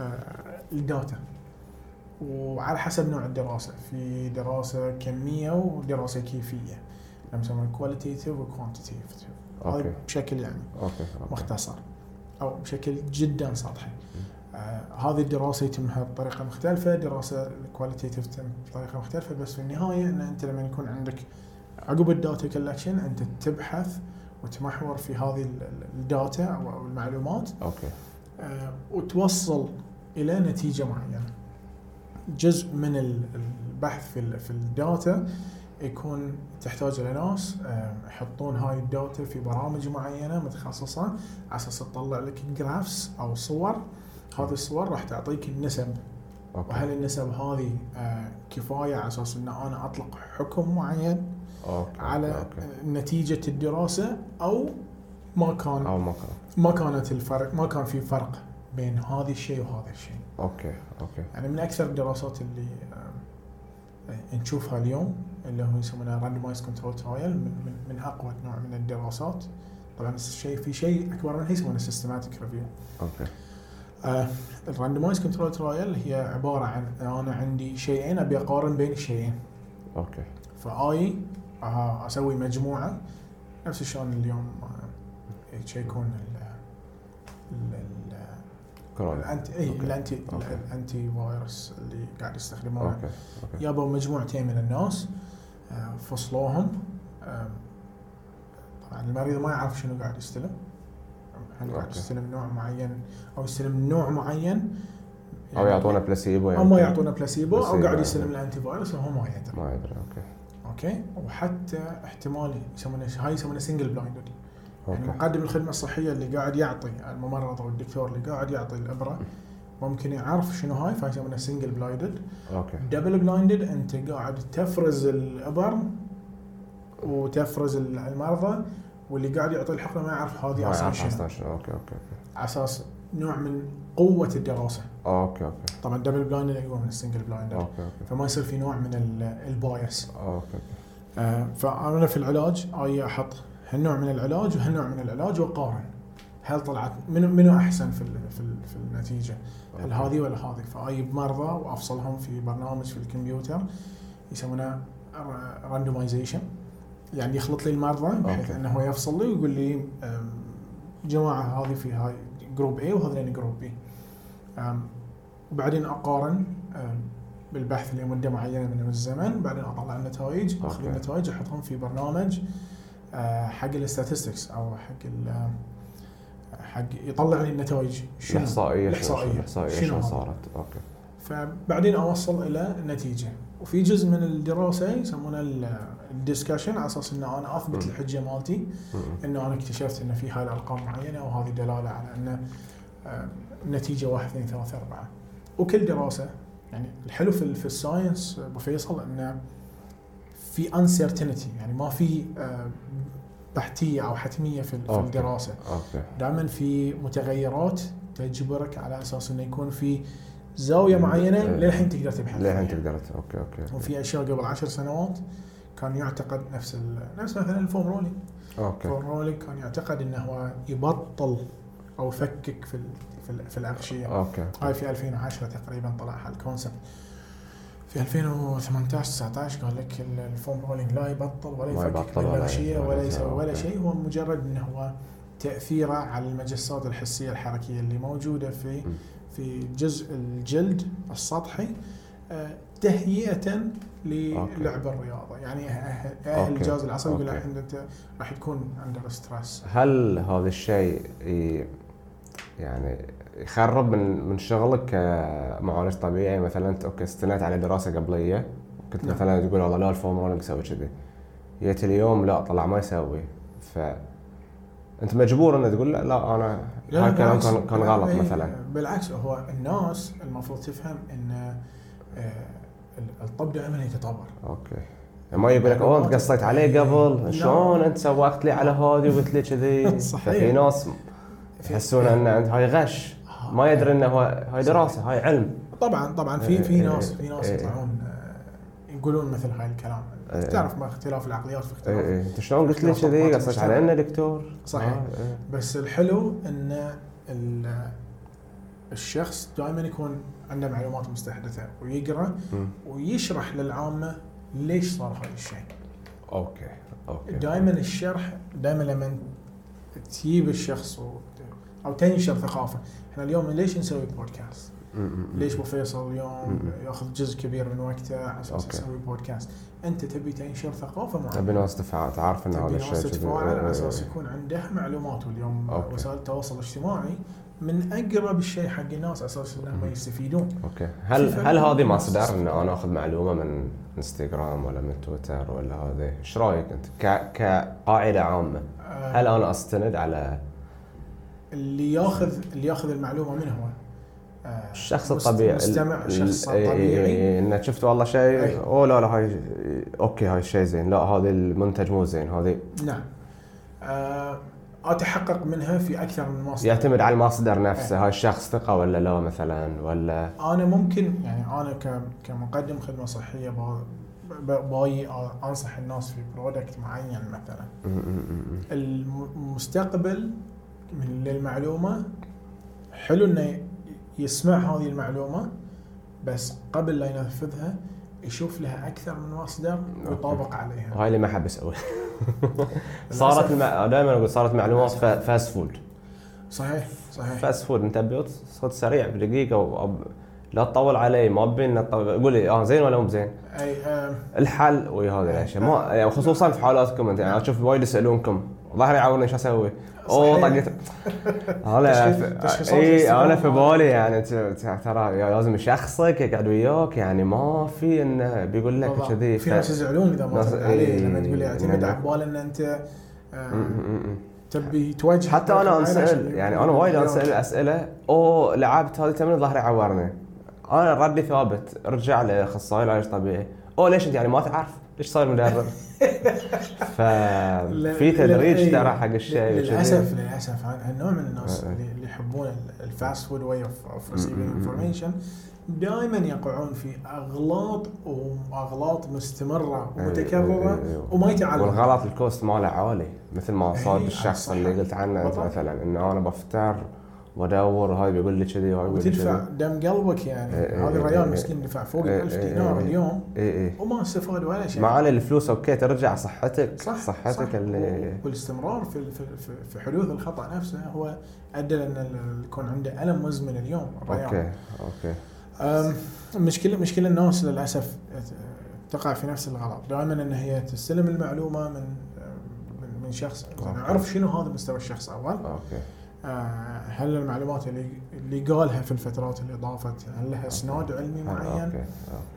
آه، الداتا وعلى حسب نوع الدراسه في دراسه كميه ودراسه كيفيه لما يسمونها كواليتيتيف وكوانتيتيف اوكي هذا بشكل يعني اوكي اوكي مختصر او بشكل جدا سطحي آه هذه الدراسه يتمها بطريقه مختلفه دراسه الكواليتيتيف تتم بطريقه مختلفه بس في النهايه ان انت لما يكون عندك عقب الداتا كولكشن انت تبحث وتمحور في هذه ال- ال- الداتا او أو المعلومات اوكي آه وتوصل الى نتيجه معينه جزء من ال- البحث في ال- في الداتا يكون تحتاج الى ناس آه، يحطون هاي الداتا في برامج معينه متخصصه على اساس تطلع لك جرافس او صور هذه الصور راح تعطيك النسب اوكي وهل النسب هذه آه، كفايه على اساس ان انا اطلق حكم معين اوكي على أوكي. آه، نتيجه الدراسه او ما كان او مكان ما كانت الفرق ما كان في فرق بين هذا الشيء وهذا الشيء اوكي اوكي يعني من اكثر الدراسات اللي آم، نشوفها اليوم اللي هو يسمونها راندمايز كنترول ترايل من, من- من اقوى نوع من الدراسات طبعا الشيء في شيء اكبر منها يسمونه آه، سيستماتيك ريفيو اوكي الراندمايز كنترول ترايل هي عباره عن انا عندي شيئين ابي اقارن بين الشيئين اوكي فاي آه، اسوي مجموعه نفس شلون اليوم آه، يشيكون ال- ال- ال- كورونا الانتي اي طيب. أوكي. الانتي أوكي. الانتي فايروس اللي قاعد يستخدمونه اوكي اوكي جابوا مجموعتين من الناس آه، فصلوهم آم، طبعا المريض ما يعرف شنو قاعد يستلم هل قاعد أوكي. يستلم نوع معين او يستلم نوع معين او يعطونا بلاسيبو او يعني ما يعطونا بلاسيبو او بلاسيبو، قاعد يعني. يستلم الانتي فايروس وهو ما يدري ما ادري اوكي اوكي وحتى احتمالي يسمونه هاي يسمونه سنجل بلايندد يعني اوكي مقدم الخدمه الصحيه اللي قاعد يعطي الممرض او الدكتور اللي قاعد يعطي الابره ممكن يعرف شنو هاي فيسمونه سنجل بلايندد اوكي دبل بلايندد انت قاعد تفرز الابر وتفرز المرضى واللي قاعد يعطي الحقنه ما يعرف هذه ما اصلا يعرف شنو 15 اوكي اوكي اوكي على اساس نوع من قوه الدراسه اوكي اوكي طبعا دبل بلايندد اقوى أيوة من السنجل بلايندد اوكي اوكي فما يصير في نوع من ال- البايس اوكي آه، فانا في العلاج اي احط هالنوع من العلاج وهالنوع من العلاج واقارن هل طلعت منو منو احسن في ال- في ال- في النتيجه؟ هل هذه ولا هذه؟ فاجيب مرضى وافصلهم في برنامج في الكمبيوتر يسمونه راندومايزيشن يعني يخلط لي المرضى بحيث أوكي. انه هو يفصل لي ويقول لي أم، جماعه هذه في هاي جروب A وهذين جروب B. أم، وبعدين اقارن أم، بالبحث لمده معينه من الزمن بعدين اطلع النتائج اخذ أوكي. النتائج احطهم في برنامج أه، حق الاستاتستكس او حق ال- أه، حق يطلع لي النتائج شنو الاحصائيه شنو- شنو- الاحصائيه الاحصائيه شنو شلون هذا؟ صارت اوكي فبعدين اوصل الى النتيجه وفي جزء من الدراسه يسمونه الديسكشن على اساس ان انا اثبت مم. الحجه مالتي م- انه انا اكتشفت ان في هاي الارقام معينه وهذه دلاله على ان آه، النتيجه 1 2 3 4 وكل دراسه يعني الحلو في في الساينس ابو فيصل انه في انسرتينتي يعني ما في آه، بحتيه او حتميه في في أوكي. الدراسه اوكي دائما في متغيرات تجبرك على اساس انه يكون في زاويه معينه إيه. للحين تقدر تبحث للحين فيها. تقدر اوكي اوكي اوكي وفي اشياء قبل عشر سنوات كان يعتقد نفس ال... نفس مثلا الفوم رولي اوكي الفوم رولي كان يعتقد انه هو يبطل او يفكك في ال... في, ال... في الاغشيه اوكي هاي في 2010 تقريبا طلع هالكونسبت في 2018 19 قال لك ال- الفوم رولينج لا يبطل ولا ما يفكك يبطل من ولا الاغشيه يسوي ولا ولا يسوي ولا أوكي. شيء هو مجرد انه هو تاثيره على المجسات الحسيه الحركيه اللي موجوده في م. في جزء الجلد السطحي آه، تهيئه للعب الرياضه يعني أه- اهل أوكي. الجهاز العصبي يقول أوكي. عندك انت راح تكون اندر ستريس هل هذا الشيء ي- يعني يخرب من من شغلك كمعالج طبيعي مثلا انت اوكي استنيت على دراسه قبليه كنت نعم. مثلا تقول والله لا الفورم رولينج يسوي كذي جيت اليوم لا طلع ما يسوي ف انت مجبور انك تقول لا, لا انا هذا الكلام بالعكس. كان كان غلط إيه، مثلا بالعكس هو الناس المفروض تفهم ان آه، الطب دائما يتطور اوكي ما يبي لك اوه انت قصيت عليه لا. قبل شلون انت سوقت لي على هذه وقلت لي كذي نعم. صحيح. ففي ناس في- إيه. آه، يحسون يعني- ان أنت هاي غش ما يدري انه هو- هاي دراسه هاي علم طبعا طبعا في في إيه، ناس إيه، في ناس إيه. يطلعون آه، يقولون مثل هاي الكلام إيه. تعرف ما اختلاف العقليات في إيه اختلاف إيه. انت شلون قلت لي كذي قصيت على انه دكتور صحيح. آه، إيه. بس الحلو ان ال- الشخص دائما يكون عنده معلومات مستحدثه ويقرا مم. ويشرح للعامه ليش صار هذا الشيء اوكي اوكي دائما الشرح دائما لما تجيب الشخص و... او تنشر ثقافه، احنا اليوم ليش نسوي بودكاست؟ م- م- م. ليش ابو فيصل اليوم مم. ياخذ جزء كبير من وقته على اساس أوكي. يسوي بودكاست؟ انت تبي تنشر ثقافه معينه تبي ناس تفع- تعرف ان تبي هذا ناس الشيء كذي. تتفاعل على اساس إيه، يكون عنده معلومات واليوم أوكي. وسائل التواصل الاجتماعي من اقرب الشيء حق الناس على اساس انهم مم. يستفيدون. إيه. اوكي هل في هل فرق. هذه مصدر ان انا اخذ معلومه من انستغرام ولا من تويتر ولا هذا ايش رايك انت ك كقاعده عامه آه، هل انا استند على اللي ياخذ اللي ياخذ المعلومه من هو؟ آه، الشخص مست- الطبيعي مستمع ال- الشخص ال- إيه، إيه، الطبيعي إيه، انه شفت والله أي. شيء اوه لا لا هاي اوكي هاي شيء زين لا هذا المنتج مو زين هذا نعم آه، اتحقق منها في اكثر من مصدر يعتمد على المصدر نفسه هاي الشخص ثقه ولا لا مثلا ولا انا ممكن يعني انا ك- كمقدم خدمه صحيه با- ب- باي انصح الناس في برودكت معين مثلا م- م- م- المستقبل من للمعلومه حلو انه ي- يسمع هذه المعلومه بس قبل لا ينفذها يشوف لها اكثر من مصدر ويطابق م. عليها هاي اللي ما حب اسوي صارت الم... دائما اقول صارت معلومات ف... فاست فود صحيح صحيح فاست فود انت بيوت صوت سريع بدقيقه و... لا تطول علي ما بين قول لي اه زين ولا مو زين اي آم، الحل ويا هذه الاشياء ما يعني خصوصا في حالاتكم انت يعني اشوف وايد يسالونكم ظهري يعاوني شو اسوي؟ اوه صحيح. طقت انا تشخيص- في- تشخيصات آه. اي الاستلام. انا إيه، في بالي يعني ت- ت- ترى يا- لازم يشخصك يقعد وياك يعني ما في انه بيقول لك بالضبط. كذي في ناس يزعلون اذا ما ناس- ترد عليه إي، لما تقول لي اعتمد يعني- على بالي ان انت آه، م- تبي توجه حتى انا عشان- انسال يعني انا وايد انسال اسئله اوه لعبت هذه التمرين ظهري عورني انا ردي ثابت رجع لاخصائي العلاج الطبيعي اوه ليش انت يعني ما تعرف ليش صاير مدرب لا- ففي لا- إيه. إي. تدريج ترى حق الشيء وكذي. للاسف للاسف ه- هالنوع من الناس آه. اللي اللي يحبون الفاست فود واي اوف مم، ريسيفينج مم، مم. انفورميشن دائما يقعون في اغلاط واغلاط مستمره إي، إي، إي، إي. ومتكرره وما يتعلمون آه، والغلط الكوست ماله عالي مثل ما صار إي، بالشخص صح. اللي قلت عنه انت إيه، بالضبط. مثلا انه انا بفتر وادور وهاي بيقول لي كذي وهاي بيقول لي وتدفع كذي آه، دم قلبك يعني إي، إي، هذا إي، الريال إي. مسكين دفع فوق إي، ال 1000 إي، إي، دينار إي. اليوم اي اي وما استفاد ولا شيء آه، مع ان إيه. الفلوس اوكي ترجع صحتك صح صحتك صح. اللي والاستمرار في في- في- في حدوث الخطا نفسه هو ادى لان ال- يكون عنده الم مزمن اليوم الريال اوكي اوكي أم، مشكلة مشكلة الناس للأسف تقع في نفس الغلط دائما أن هي تستلم المعلومة من من, من شخص زين، أعرف شنو هذا مستوى الشخص أول اوكي أه، هل المعلومات اللي اللي قالها في الفترات اللي طافت هل لها اسناد علمي معين اوكي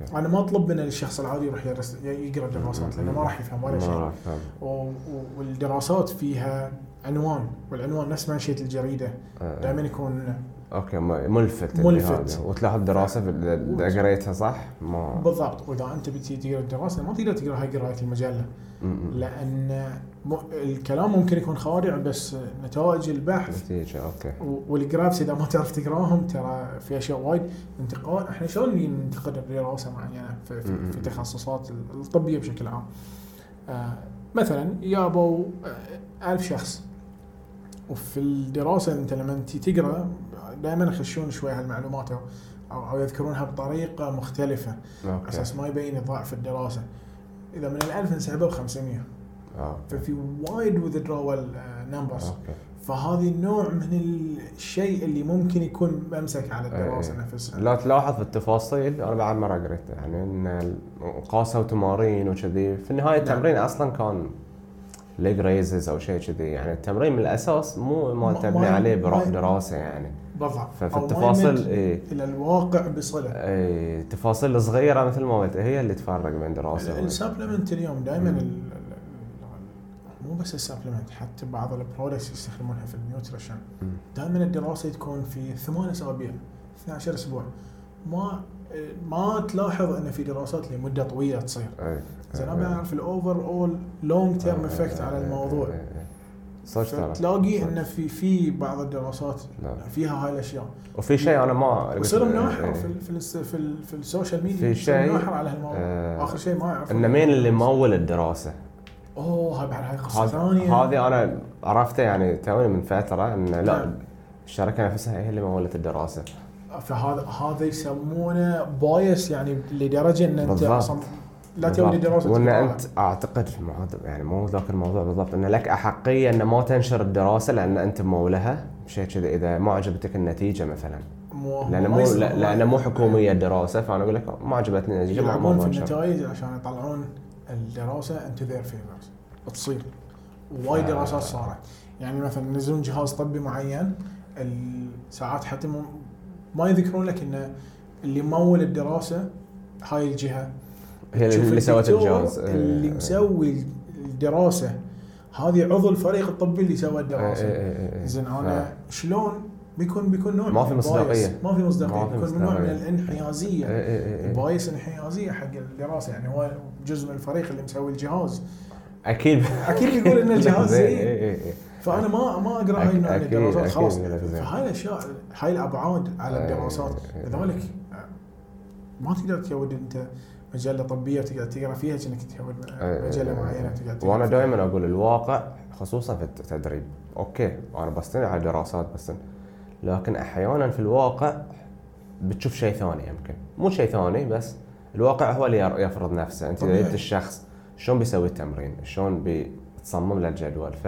اوكي أنا ما أطلب من الشخص العادي يروح يدرس يقرأ دراسات لأنه ما راح يفهم ولا ما شيء راح أفهم. و- و- والدراسات فيها عنوان والعنوان نفس منشية الجريدة آه، دائما يكون اوكي م- ملفت اللي إيه؟ ملفت. هذا. وتلاحظ الدراسه في- اللي قريتها صح؟ ما بالضبط واذا انت بتجي تقرا الدراسه ما تقدر تقراها قرايه المجله م- م. لان م- الكلام ممكن يكون خارع بس نتائج البحث نتيجه اوكي و- والجرافس اذا ما تعرف تقراهم ترى في اشياء وايد انتقاد احنا شلون نجي ننتقد دراسه معينه يعني في, في, في تخصصات الطبيه بشكل عام. آه مثلا جابوا آه، ألف شخص وفي الدراسه انت لما انت تقرا دائما يخشون شوي هالمعلومات او او أو يذكرونها بطريقه مختلفه على اوكي اساس ما يبين ضعف الدراسه. اذا من الألف انسحبوا ال 500 اوكي ففي وايد وذدراول نمبرز اوكي فهذه نوع من الشيء اللي ممكن يكون ممسك على الدراسه إيه. نفسها لو تلاحظ في التفاصيل انا بعد ما قريته يعني ان قاسوا تمارين وكذي في نعم. النهايه التمرين اصلا كان ليج ريزز او شيء كذي يعني التمرين من الاساس مو ما ما- تبني ما- عليه بروح ما- دراسه يعني بالضبط ففي أو ما التفاصيل إيه، يمد اي الى الواقع بصله اي التفاصيل الصغيره مثل ما قلت هي اللي تفرق بين دراسه و- السبلمنت اليوم دائما مم. ال- ال- ال- مو بس السبلمنت حتى بعض البرودكتس يستخدمونها في النيوتريشن مم. دائما الدراسه تكون في ثمان اسابيع 12 اسبوع ما ما تلاحظ ان في دراسات لمده طويله تصير إيه. آه، زين إيه. انا بعرف الاوفر اول لونج تيرم افكت على إيه، الموضوع صدق ترى فتلاقي صدق. ان في في بعض الدراسات نعم. فيها هاي الاشياء وفي شيء انا ما ويصير قلت- مناحر إيه. في ال- في ال- في, ال- في السوشيال ميديا في يصير شيء، مناحر على هالموضوع آه، اخر شيء ما اعرف ان مين اللي مول الدراسه اوه هاي بعد هاي قصه هذه ثانيه هذه انا عرفتها يعني توني من فتره ان لا نعم. الشركه نفسها هي اللي مولت الدراسه فهذا هذا يسمونه بايس يعني لدرجه ان انت بالضبط. اصلا لا تبي دراسه وان تقرأها. انت اعتقد ما أد- يعني مو ذاك الموضوع بالضبط ان لك احقيه ان ما تنشر الدراسه لان انت مولها شيء كذا اذا ما عجبتك النتيجه مثلا مو لان ما مو يصير- لا- لان مو حكوميه الدراسه فانا اقول لك ما عجبتني النتيجه ما- ما يعني يلعبون في بنشر. النتائج عشان يطلعون الدراسه انتو ذير فيفرز تصير وايد آه. دراسات صارت يعني مثلا ينزلون جهاز طبي معين الساعات حتى مو- ما يذكرون لك انه اللي مول الدراسه هاي الجهه هي تشوف اللي سوت إيه، الدكتور الجهاز آه. اللي مسوي الدراسه هذه عضو الفريق الطبي اللي سوى إيه، آه، الدراسه زين انا شلون بيكون بيكون نوع ما في من مصداقية. البايس. ما في مصداقيه ما في بيكون نوع من مصداقية. إيه، الانحيازيه انا البايس انحيازيه حق الدراسه يعني هو جزء من الفريق اللي مسوي الجهاز اكيد اكيد بيقول ان الجهاز زين، زين إيه، إيه، إيه. فانا ما ما اقرا هاي النوع من أكيد- الدراسات أكيد خلاص يقول لك زين. فهاي الاشياء هاي الابعاد على إيه، الدراسات إيه. لذلك ما تقدر تهود انت مجله طبيه وتقعد تقرا فيها كأنك تهود إيه، مجله إيه. معينه تقعد تقرا وانا فيها. دائما اقول الواقع خصوصا في التدريب اوكي انا بستند على دراسات بس لكن احيانا في الواقع بتشوف شيء ثاني يمكن مو شيء ثاني بس الواقع هو اللي ير- يفرض نفسه انت اذا طبيعي. جبت الشخص شلون بيسوي التمرين شلون بتصمم له الجدول ف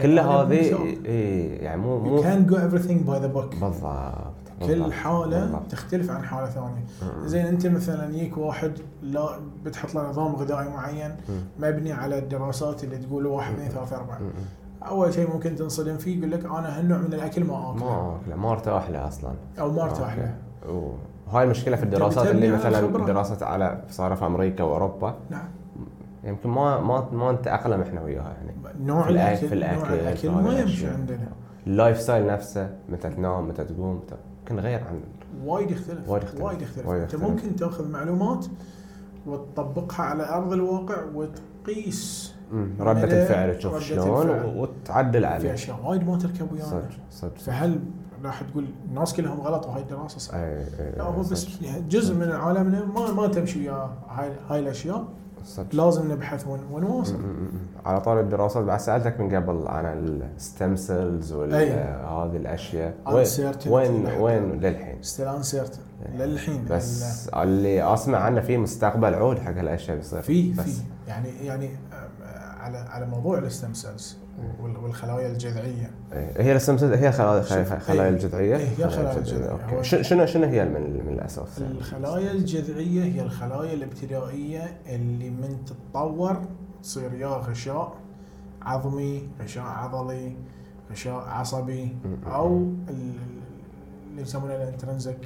كل العالم هذه بالظبط. اي يعني مو You مو can't do everything by the book بالضبط بالضبط، كل حاله بالضبط. تختلف عن حاله ثانيه مم. زين انت مثلا يجيك واحد لا بتحط له نظام غذائي معين مبني على الدراسات اللي تقول واحد اثنين ثلاثة أربعة مم. أول شيء ممكن تنصدم فيه يقول لك أنا هالنوع من الأكل ما آكله ما اكله ما ارتاح له اصلا أو ما ارتاح له أوكي. و- آه، هاي المشكله في الدراسات تبي اللي تبني على مثلا طيب، يعني خبرة. دراسات على صارت في امريكا واوروبا نعم يمكن ما ما ما نتاقلم احنا وياها يعني نوع في الأكل- الأكل في نوع الأكل، الأكل في ما هذا يمشي الأشياء. عندنا اللايف ستايل نفسه متى تنام متى تقوم متى يمكن غير عن وايد يختلف وايد يختلف. وايد يختلف وايد أنت يختلف. ممكن تاخذ معلومات وتطبقها على أرض الواقع وتقيس مم، ردة لا، الفعل تشوف ردة شلون يعني الفعل. و- وتعدل في عليه أشياء وايد ما تركب ويانا صدق صدق صدق. فهل راح تقول الناس كلهم غلط وهاي الدراسة صح؟ اي اي لا هو إيه، صدق، بس يعني جزء من عالمنا ما ما تمشي وياه هاي هاي الاشياء صدق لازم نبحث ون- ونواصل مم. على طار الدراسات بعد سالتك من قبل عن الستم سيلز أي. وهذه الاشياء Uncertainty. وين وين وين للحين ستيل انسيرتن للحين ال- بس اللي اسمع عنه في مستقبل عود حق هالاشياء بيصير في بس في يعني يعني آم، آه، على على موضوع الستم سيلز والخلايا الجذعيه إيه، هي الستم سيلز هي الخلايا شوف، الخلايا- الخلايا إيه. الجذعيه إيه، هي الخلايا الجذعية. أوكي. هو- شن- شنو شنو هي من من الاساس يعني؟ الخلايا الجذعيه هي الخلايا الابتدائيه اللي من تتطور تصير يا غشاء عظمي غشاء عضلي غشاء عصبي م- م- او ال- ال- اللي يسمونه الانترنزك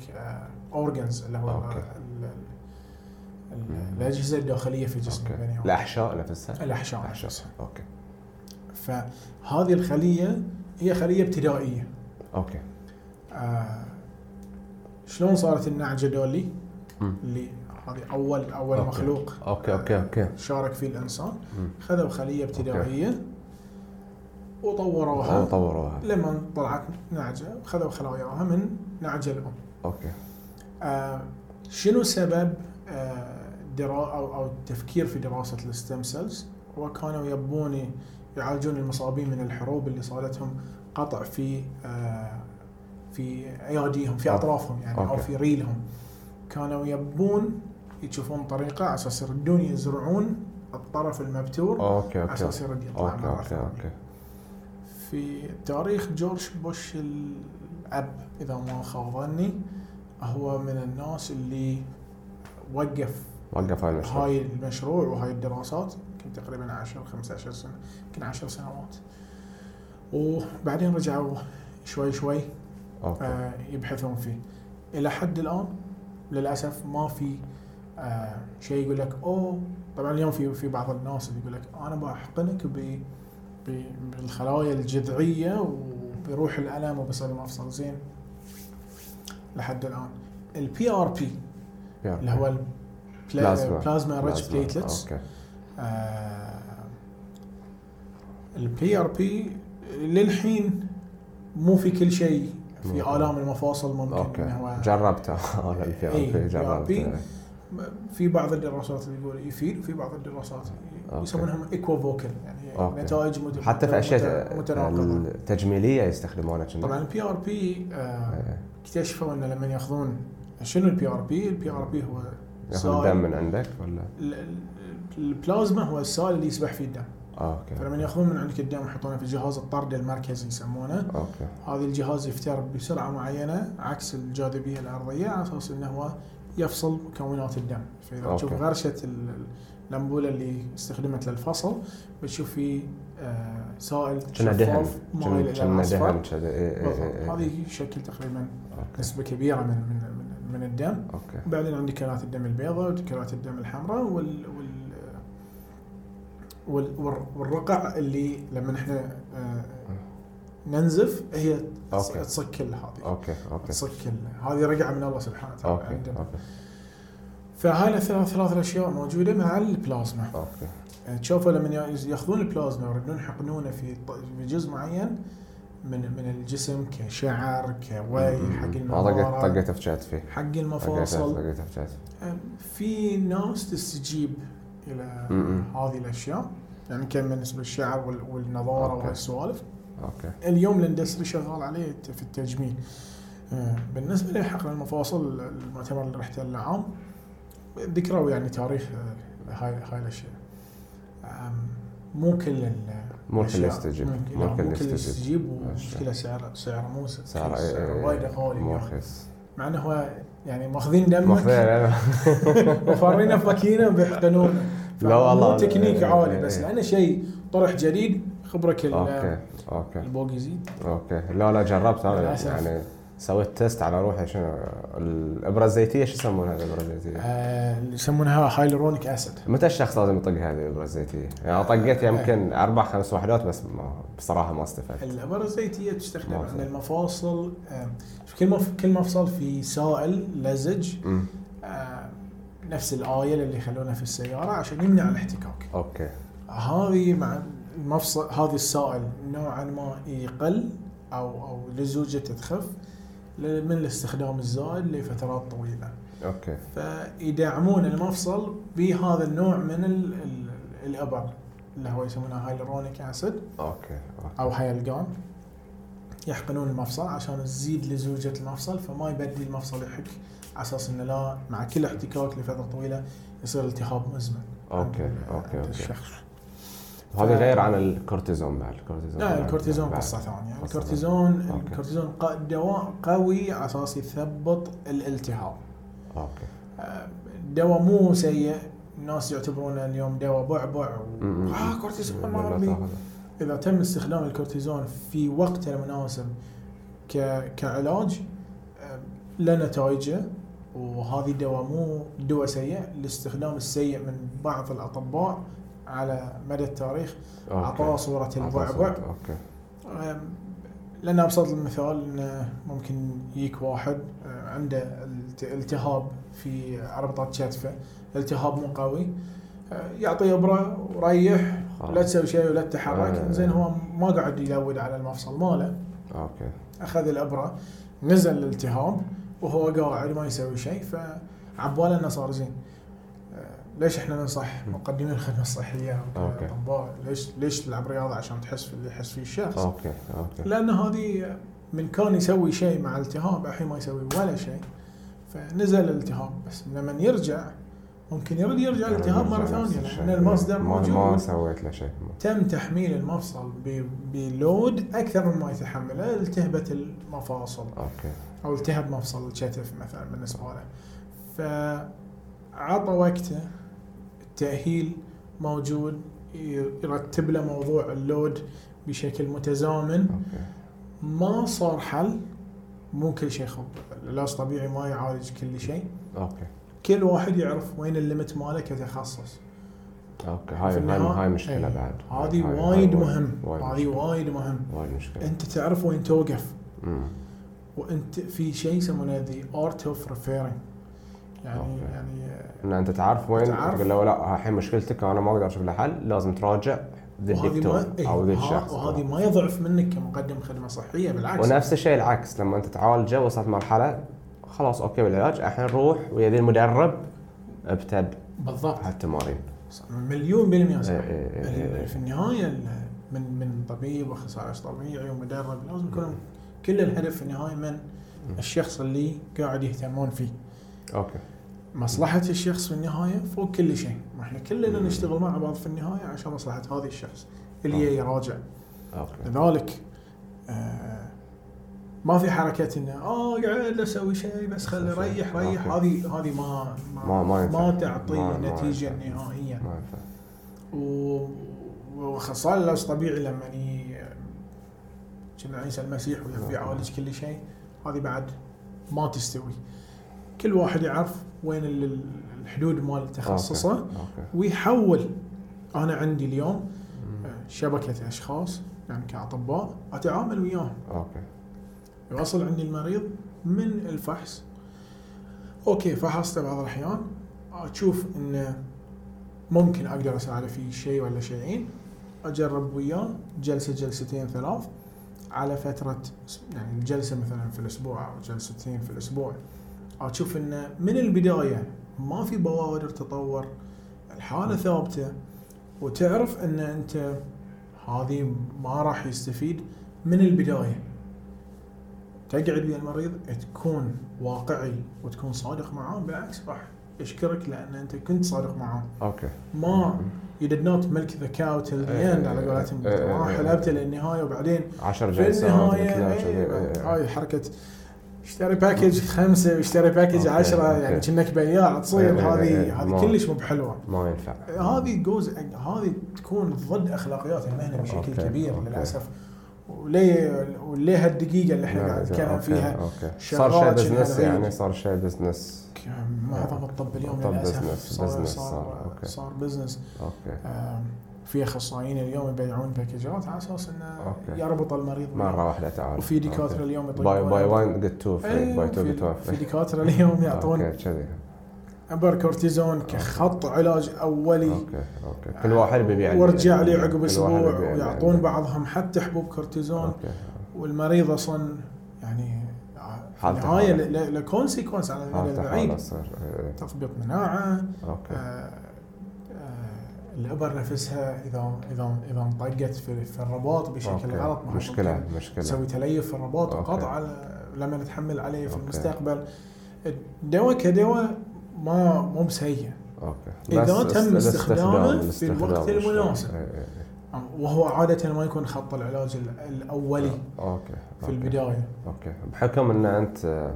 اورجنز اللي هو أوكي. ال- ال- ال- الاجهزه الداخليه في جسم يعني. أوكي. البني آدم. الاحشاء نفسها الاحشاء الاحشاء نفسها. اوكي فهذه الخليه هي خليه ابتدائيه اوكي آه، شلون صارت النعجه دولي مم. اللي هذه اول اول أوكي. مخلوق اوكي اوكي اوكي شارك فيه الانسان مم. خذوا خليه ابتدائيه وطوروها أو طوروها لما طلعت نعجه خذوا خلاياها من نعجه الام اوكي آه، شنو سبب آه، درا او او التفكير في دراسه الستم سيلز وكانوا يبون يعالجون المصابين من الحروب اللي صارتهم قطع في آه، في اياديهم في أوكي. اطرافهم يعني او أوكي. في ريلهم كانوا يبون يشوفون طريقه على اساس يردون يزرعون الطرف المبتور اوكي على اوكي اساس يرد يطلع اوكي مره اوكي ثانيه اوكي في تاريخ جورج بوش الأب إذا ما خاب ظني هو من الناس اللي وقف وقف هاي المشروع هاي المشروع وهاي الدراسات يمكن تقريبا 10 15 سنة يمكن 10 سنوات وبعدين رجعوا شوي شوي اوكي آه، يبحثون فيه إلى حد الآن للأسف ما في آه، شيء يقول لك أوه طبعا اليوم في في بعض الناس اللي يقول لك أنا بحقنك ب ب- بالخلايا الجذعية وبيروح الألم وبيصير مفصل زين لحد الآن البي ار بي يلا. اللي هو بلازما. البلازما ريتش بلازما. بليتلتس اوكي آه، البي ار بي للحين مو في كل شيء في ممكن. الام المفاصل ممكن إنه اوكي هو جربته انا البي إيه، ار بي جربته PRP. في بعض الدراسات اللي يقول يفيد في بعض الدراسات أوكي. يسمونهم ايكوفوكال يعني أوكي. نتائج مت- حتى في مت- اشياء متناقضه التجميليه يستخدمونها كنا. طبعا البي ار بي إيه. آه، اكتشفوا انه لما ياخذون شنو البي ار بي؟ البي ار بي هو ياخذ دم سائل من عندك ولا ال- ال- البلازما هو السائل اللي يسبح فيه الدم آه، اوكي فلما ياخذون من عندك الدم ويحطونه في جهاز الطرد المركزي يسمونه اوكي هذا الجهاز يفتر بسرعه معينه عكس الجاذبيه الارضيه على اساس انه هو يفصل مكونات الدم فاذا أوكي. تشوف غرشه ال- ال- الانبوله اللي استخدمت للفصل بتشوف في آه، سائل كنا دهن شفاف مايل كنا الى كنا دهن الاصفر كذا إيه، إيه، بالضبط. إيه، إيه. هذه شكل تقريبا اوكي نسبه كبيره من من من- من الدم اوكي بعدين عندك كرات الدم البيضاء وكرات الدم الحمراء وال وال وال- وال- والرقع اللي لما احنا آه، ننزف هي أوكي. تسكل هذه اوكي اوكي تسكل هذه رقعه من الله سبحانه وتعالى اوكي عندنا اوكي فهاي الثلاث ثلاث الاشياء موجوده مع البلازما اوكي آه، تشوفوا لما يا- ياخذون البلازما ويردون يحقنونه في ط- في جزء معين من من الجسم كشعر كوي ما آه، حق طقت المناظره طقت في كتفي حق طقت المفاصل طقت في كتفي في ناس تستجيب الى م-م. هذه الاشياء يعني كان بالنسبه للشعر وال- والنضاره أوكي. والسوالف اوكي اليوم الاندستري شغال عليه ت- في التجميل آه، بالنسبه لحقن المفاصل المؤتمر اللي رحت له العام ذكروا يعني تاريخ آه، هاي هاي الاشياء آم، مو كل ال- مو الكل أشياء. يستجيب مم. مو لا، الكل يستجيب يستجيب أشياء. ومشكله سعر سعر مو سعر سعر إيه، إيه، وايد غالي مو إيه. يعني. رخيص مع انه هو يعني ماخذين دمك مخذين وفارينه في ماكينه وبيحقنونه لا والله. مو تكنيك عالي إيه، بس إيه. لانه شيء طرح جديد خبرك ال- اوكي اوكي البوق يزيد اوكي لا لا جربت انا للأسف. يعني سويت تيست على روحي شنو الابره الزيتيه شو يسمونها الابره الزيتيه؟ آه، اللي يسمونها هايلورونيك اسيد متى الشخص لازم يطق هذه الابره الزيتيه؟ يعني طقيت يمكن اربع خمس وحدات بس ما بصراحه ما استفدت. الابره الزيتيه تستخدم مفصل. عند المفاصل آه، في كل مف... كل مفصل في سائل لزج أمم، آه، نفس الايل اللي يخلونها في السياره عشان يمنع الاحتكاك اوكي هذه مع المفصل هذه السائل نوعا ما يقل او او لزوجته تخف ل- من الاستخدام الزائد لفترات طويله اوكي فيدعمون المفصل بهذا النوع من ال... ال... الابر اللي هو يسمونها هايلورونيك اسيد اوكي اوكي او حيلقان يحقنون المفصل عشان تزيد لزوجة المفصل فما يبدي المفصل يحك على اساس انه لا مع كل احتكاك لفتره طويله يصير التهاب مزمن أوكي، عند- أوكي، عند أوكي. الشخص وهذا ف- غير عن الكورتيزون بعد الكورتيزون لا بعد- الكورتيزون بعد. قصه ثانيه قصة الكورتيزون ثانية. أوكي. الكورتيزون ق- دواء قوي على اساس يثبط الالتهاب اوكي آه، دواء مو سيء الناس يعتبرونه اليوم دواء بعبع أمم، و... أمم. اه كورتيزون ما لا أبي. تأخذ. اذا تم استخدام الكورتيزون في وقته المناسب ك... كعلاج آه، له نتائجه وهذه الدواء مو دواء سيء الاستخدام السيء من بعض الاطباء على مدى التاريخ أوكي. اعطاه صوره أعطاه البعبع صوت. اوكي آم، لان ابسط المثال انه ممكن يجيك واحد آه، عنده الت- التهاب في عربطه كتفه، التهاب مو قوي آه، يعطي ابره وريح لا خلاص. تسوي شيء ولا تتحرك آه. زين هو ما قاعد يلود على المفصل ماله اوكي اخذ الابره نزل الالتهاب وهو قاعد ما يسوي شيء فعباله انه صار زين آه، ليش احنا ننصح مقدمين الخدمه الصحيه أوكي. الاطباء ليش ليش تلعب رياضه عشان تحس في اللي يحس فيه الشخص اوكي اوكي لان هذه من كان يسوي شيء مع التهاب الحين ما يسوي ولا شيء فنزل الالتهاب بس لما يرجع ممكن يرد يرجع الالتهاب مره ثانيه لان المصدر ما- ما يعني موجود سويت له شيء تم تحميل المفصل ب- بلود اكثر مما يتحمله التهبت المفاصل اوكي او التهب مفصل الكتف مثلا بالنسبه له فعطى وقته التاهيل موجود يرتب له موضوع اللود بشكل متزامن اوكي ما صار حل مو كل شيء خب العلاج طبيعي ما يعالج كل شيء اوكي كل واحد يعرف وين الليمت ماله كتخصص اوكي في هاي هاي النهاية- هاي مشكله إيه. بعد هذه هاي- هاي وايد مهم وايد هذه مشكلة. وايد مهم وايد مشكله انت تعرف وين توقف أمم. وانت في شيء يسمونه ذا ارت اوف ريفيرنج يعني أوكي. يعني آه، ان انت تعرف وين تعرف. تقول له لا الحين مشكلتك انا ما اقدر اشوف لها حل لازم تراجع ذي وهذه الدكتور ما إيه، او ذي ها- الشخص وهذه ما يضعف منك كمقدم خدمه صحيه بالعكس ونفس الشيء العكس لما انت تعالجه وصلت مرحله خلاص اوكي بالعلاج الحين روح ويا ذي المدرب ابتد بالضبط هالتمارين مليون بالمئة صح إيه، إيه، إيه، إيه. في النهاية ال- من من طبيب وخصائص طبيعي ومدرب لازم يكون كل الهدف في النهاية من الشخص اللي قاعد يهتمون فيه اوكي مصلحة الشخص في النهاية فوق كل شيء احنا كلنا مم. نشتغل مع بعض في النهاية عشان مصلحة هذا الشخص اللي آه. جاي يراجع اوكي لذلك آه ما في حركة انه اه قاعد اسوي شيء بس خلي ريح ريح أوكي. هذه هذه ما ما- ما ينفع. ما تعطي ما- ما نتيجة ينفع. نهائية ما ينفع و- وخصال العلاج الطبيعي لما ي- كنا عيسى المسيح نعم. ويبي يعالج كل شيء هذه بعد ما تستوي كل واحد يعرف وين ال- ال- الحدود مال تخصصه اوكي ويحول انا عندي اليوم آه، شبكه اشخاص يعني كاطباء اتعامل وياهم اوكي يوصل عندي المريض من الفحص اوكي فحصته بعض الاحيان اشوف انه ممكن اقدر اساعده في شيء ولا شيئين اجرب وياه جلسه جلستين ثلاث على فتره يعني جلسه مثلا في الاسبوع او جلستين في الاسبوع اشوف انه من البدايه ما في بوادر تطور الحاله ثابته وتعرف ان انت هذه ما راح يستفيد من البدايه تقعد ويا المريض تكون واقعي وتكون صادق معاه بالعكس راح يشكرك لان انت كنت صادق معه اوكي ما you did not milk the cow till the إيه، end على قولتهم إيه، إيه، ما إيه. حلبته للنهايه وبعدين 10 في جلسات النهايه مثلا إيه، كذي، إيه، إيه. هاي حركه اشتري باكج خمسه واشتري باكج أوكي، 10 أوكي. يعني كأنك بياع إيه، تصير إيه، إيه، هذه ما- هذه كلش مو بحلوه ما ينفع أيوة. هذه جوز هذه تكون ضد اخلاقيات المهنه بشكل أوكي، كبير أوكي. للاسف وليه وليه هالدقيقه اللي احنا قاعد نتكلم أوكي، فيها اوكي صار شغلات شيء شنو بزنس هالعيد. يعني صار شيء بزنس معظم الطب اليوم طب للاسف بزنس، صار بزنس صار، صار أوكي. صار بزنس اوكي آم، في اخصائيين اليوم يبيعون باكجات على اساس انه أوكي. يربط المريض بالمرضى. مره واحده تعال وفي دكاتره اليوم باي باي أدوية. 1 جيت 2 فري أيوة، باي 2 في- جيت 1 في دكاتره اليوم يعطون اوكي كذي امبر كورتيزون كخط علاج اولي اوكي اوكي كل واحد يعني. بيبيع آه، وارجع لي لي عقب اسبوع يعني. ويعطون بعضهم حتى حبوب كورتيزون اوكي والمريض اصلا يعني حالته نهايه حالة. لكونسيكونس على المدى هذا البعيد حاله صار إيه، تضبيط مناعه اوكي آه، آه، الابر نفسها اذا اذا اذا انطقت في, في الرباط بشكل أوكي. غلط ما هو مشكله ممكن مشكله تسوي تليف في الرباط أوكي. وقطع على- لما نتحمل عليه في أوكي. المستقبل الدواء كدواء ما مو بسيء اوكي إذا بس تم الاستخدام- استخدامه في الوقت الاستخدام مشكلة. المناسب. إيه، إيه، إيه. وهو عاده ما يكون خط العلاج ال- الاولي اوكي في أوكي. البدايه اوكي بحكم ان انت آه،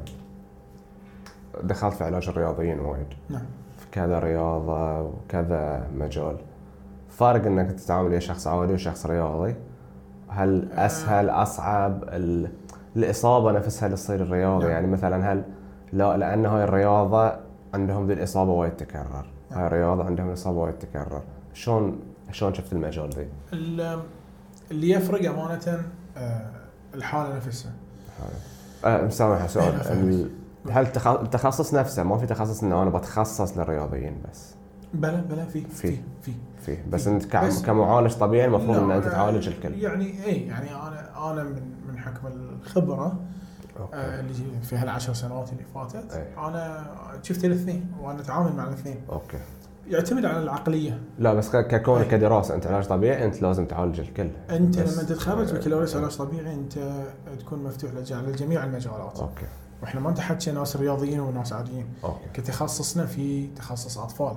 دخلت في علاج الرياضيين وايد نعم. في كذا رياضه وكذا مجال فرق انك تتعامل ويا شخص عادي وشخص رياضي هل آه. اسهل اصعب ال... الاصابه نفسها اللي تصير الرياضي نعم. يعني مثلا هل لا لان هاي الرياضه عندهم ذي الاصابه وايد تكرر نعم. هاي الرياضه آه، عندهم الاصابه وايد تكرر شلون شلون شفت المجال ذي؟ ال- اللي يفرق امانه آه، الحاله نفسها أه مسامح لا، سؤال فهمت. ال- هل تخ- التخصص نفسه ما في تخصص انه انا بتخصص للرياضيين بس بلا بلا في في في فيه بس في. انت كع- بس- كمعالج طبيعي المفروض لا، ان انت أنا تعالج الكل يعني اي يعني انا انا من من حكم الخبره آه، اوكي اللي في هالعشر سنوات اللي فاتت أي. انا شفت الاثنين وانا اتعامل مع الاثنين اوكي يعتمد على العقليه لا بس ك- ككونك أي. كدراسه انت علاج طبيعي انت لازم تعالج الكل انت بس- لما تتخرج آه، بكالوريوس علاج طبيعي انت تكون مفتوح لج- لجميع المجالات اوكي واحنا ما نتحكي ناس رياضيين وناس عاديين اوكي كتخصصنا في تخصص اطفال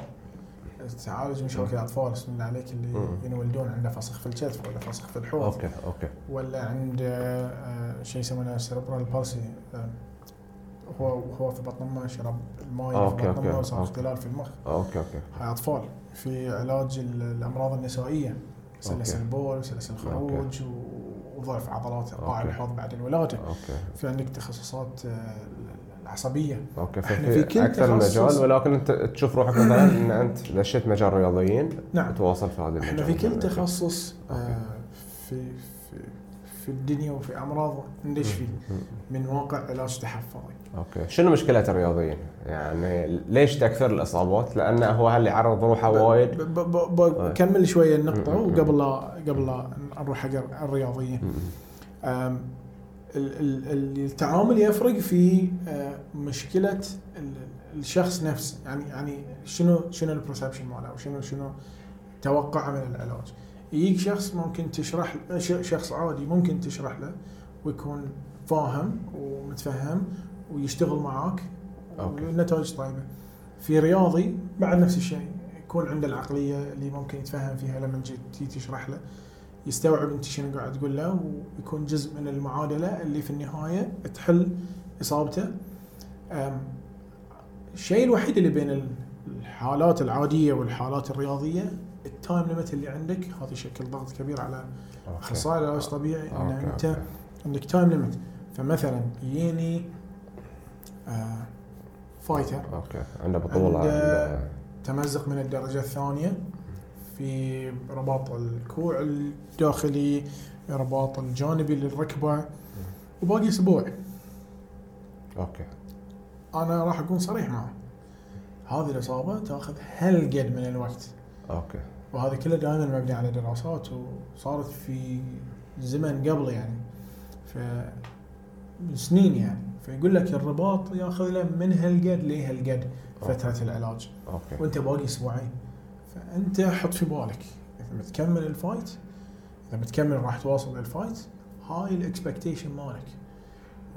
تعالج مشاكل الاطفال بسم الله عليك اللي مم. ينولدون عنده فسخ في الكتف ولا فسخ في الحوض اوكي اوكي ولا عند آه، آه، شيء يسمونه سيربرال بالسي آه، هو هو في بطن امه شرب الماء أوكي، في بطن أوكي، امه وصار أوكي. اختلال في المخ اوكي اوكي هاي اطفال في علاج ال- الامراض النسائيه سلس أوكي. البول وسلس الخروج و- وضعف عضلات القاع أوكي. الحوض بعد الولاده اوكي في عندك تخصصات آه، العصبيه اوكي إحنا في ففي كل اكثر من تخصص- مجال ولكن انت تشوف روحك مثلا ان انت دشيت مجال رياضيين نعم تواصل في هذا المجال احنا في كل تخصص أوكي. آه، في في في الدنيا وفي امراض ندش فيه من واقع علاج تحفظي اوكي شنو مشكله الرياضيين؟ يعني ليش تكثر الاصابات؟ لانه هو هل يعرض روحه آه، وايد؟ ب- ب- ب- أي. بكمل شويه النقطه م- م- م. وقبل لا قبل لا نروح حق الرياضيه أم، ال- ال- ال- التعامل يفرق في أه، مشكله ال- الشخص نفسه يعني يعني شنو شنو البرسبشن ماله وشنو شنو توقعه من العلاج يجيك شخص ممكن تشرح ش- شخص عادي ممكن تشرح له ويكون فاهم ومتفهم ويشتغل معاك أوكي. والنتائج طيبه في رياضي بعد نفس الشيء يكون عنده العقليه اللي ممكن يتفهم فيها لما تجي- تجي تشرح له يستوعب انت شنو قاعد تقول له ويكون جزء من المعادله اللي في النهايه تحل اصابته أم، الشيء الوحيد اللي بين ال- الحالات العاديه والحالات الرياضيه التايم ليمت اللي عندك هذا يشكل ضغط كبير على أوكي. اخصائي العلاج الطبيعي ان أوكي، انت أوكي. عندك تايم ليمت فمثلا يجيني آه فايتر اوكي عنده بطوله عنده- عنده تمزق من الدرجة الثانية في رباط الكوع الداخلي رباط الجانبي للركبة وباقي أسبوع اوكي أنا راح أكون صريح معه هذه الإصابة تاخذ هالقد من الوقت اوكي وهذا كله دائما مبني على دراسات وصارت في زمن قبل يعني ف من سنين يعني فيقول لك الرباط ياخذ له من هالقد لهالقد فترة العلاج اوكي وانت باقي اسبوعين فانت حط في بالك اذا بتكمل الفايت اذا بتكمل راح تواصل للفايت هاي الاكسبكتيشن مالك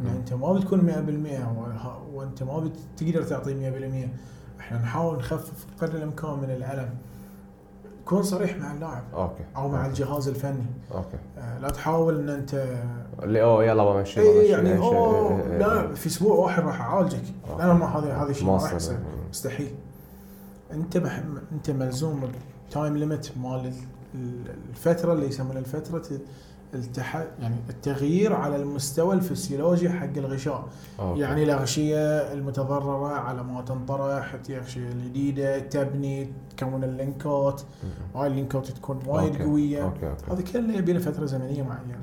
ان مم. انت ما بتكون 100% وه- وانت ما بتقدر تعطي 100% احنا نحاول نخفف قدر الامكان من الالم كون صريح مع اللاعب اوكي او مع الجهاز الفني اوكي آه، لا تحاول ان انت اللي اوه يلا بمشي اي بمشي، يعني إيه، شيء، اوه إيه، إيه، آه. لا في اسبوع واحد راح اعالجك انا ما هذا هذا الشيء ما راح مصر. يصير مستحيل انت بح... انت ملزوم بالتايم ليمت مال ال- ال- الفتره اللي يسمونها فتره التح... يعني التغيير على المستوى الفسيولوجي حق الغشاء أوكي. يعني الأغشية المتضررة على ما تنطرح تي أغشية جديدة تبني تكون اللينكات هاي اللينكات تكون وايد أوكي، قوية اوكي اوكي هذا كله يبي له فترة زمنية معينة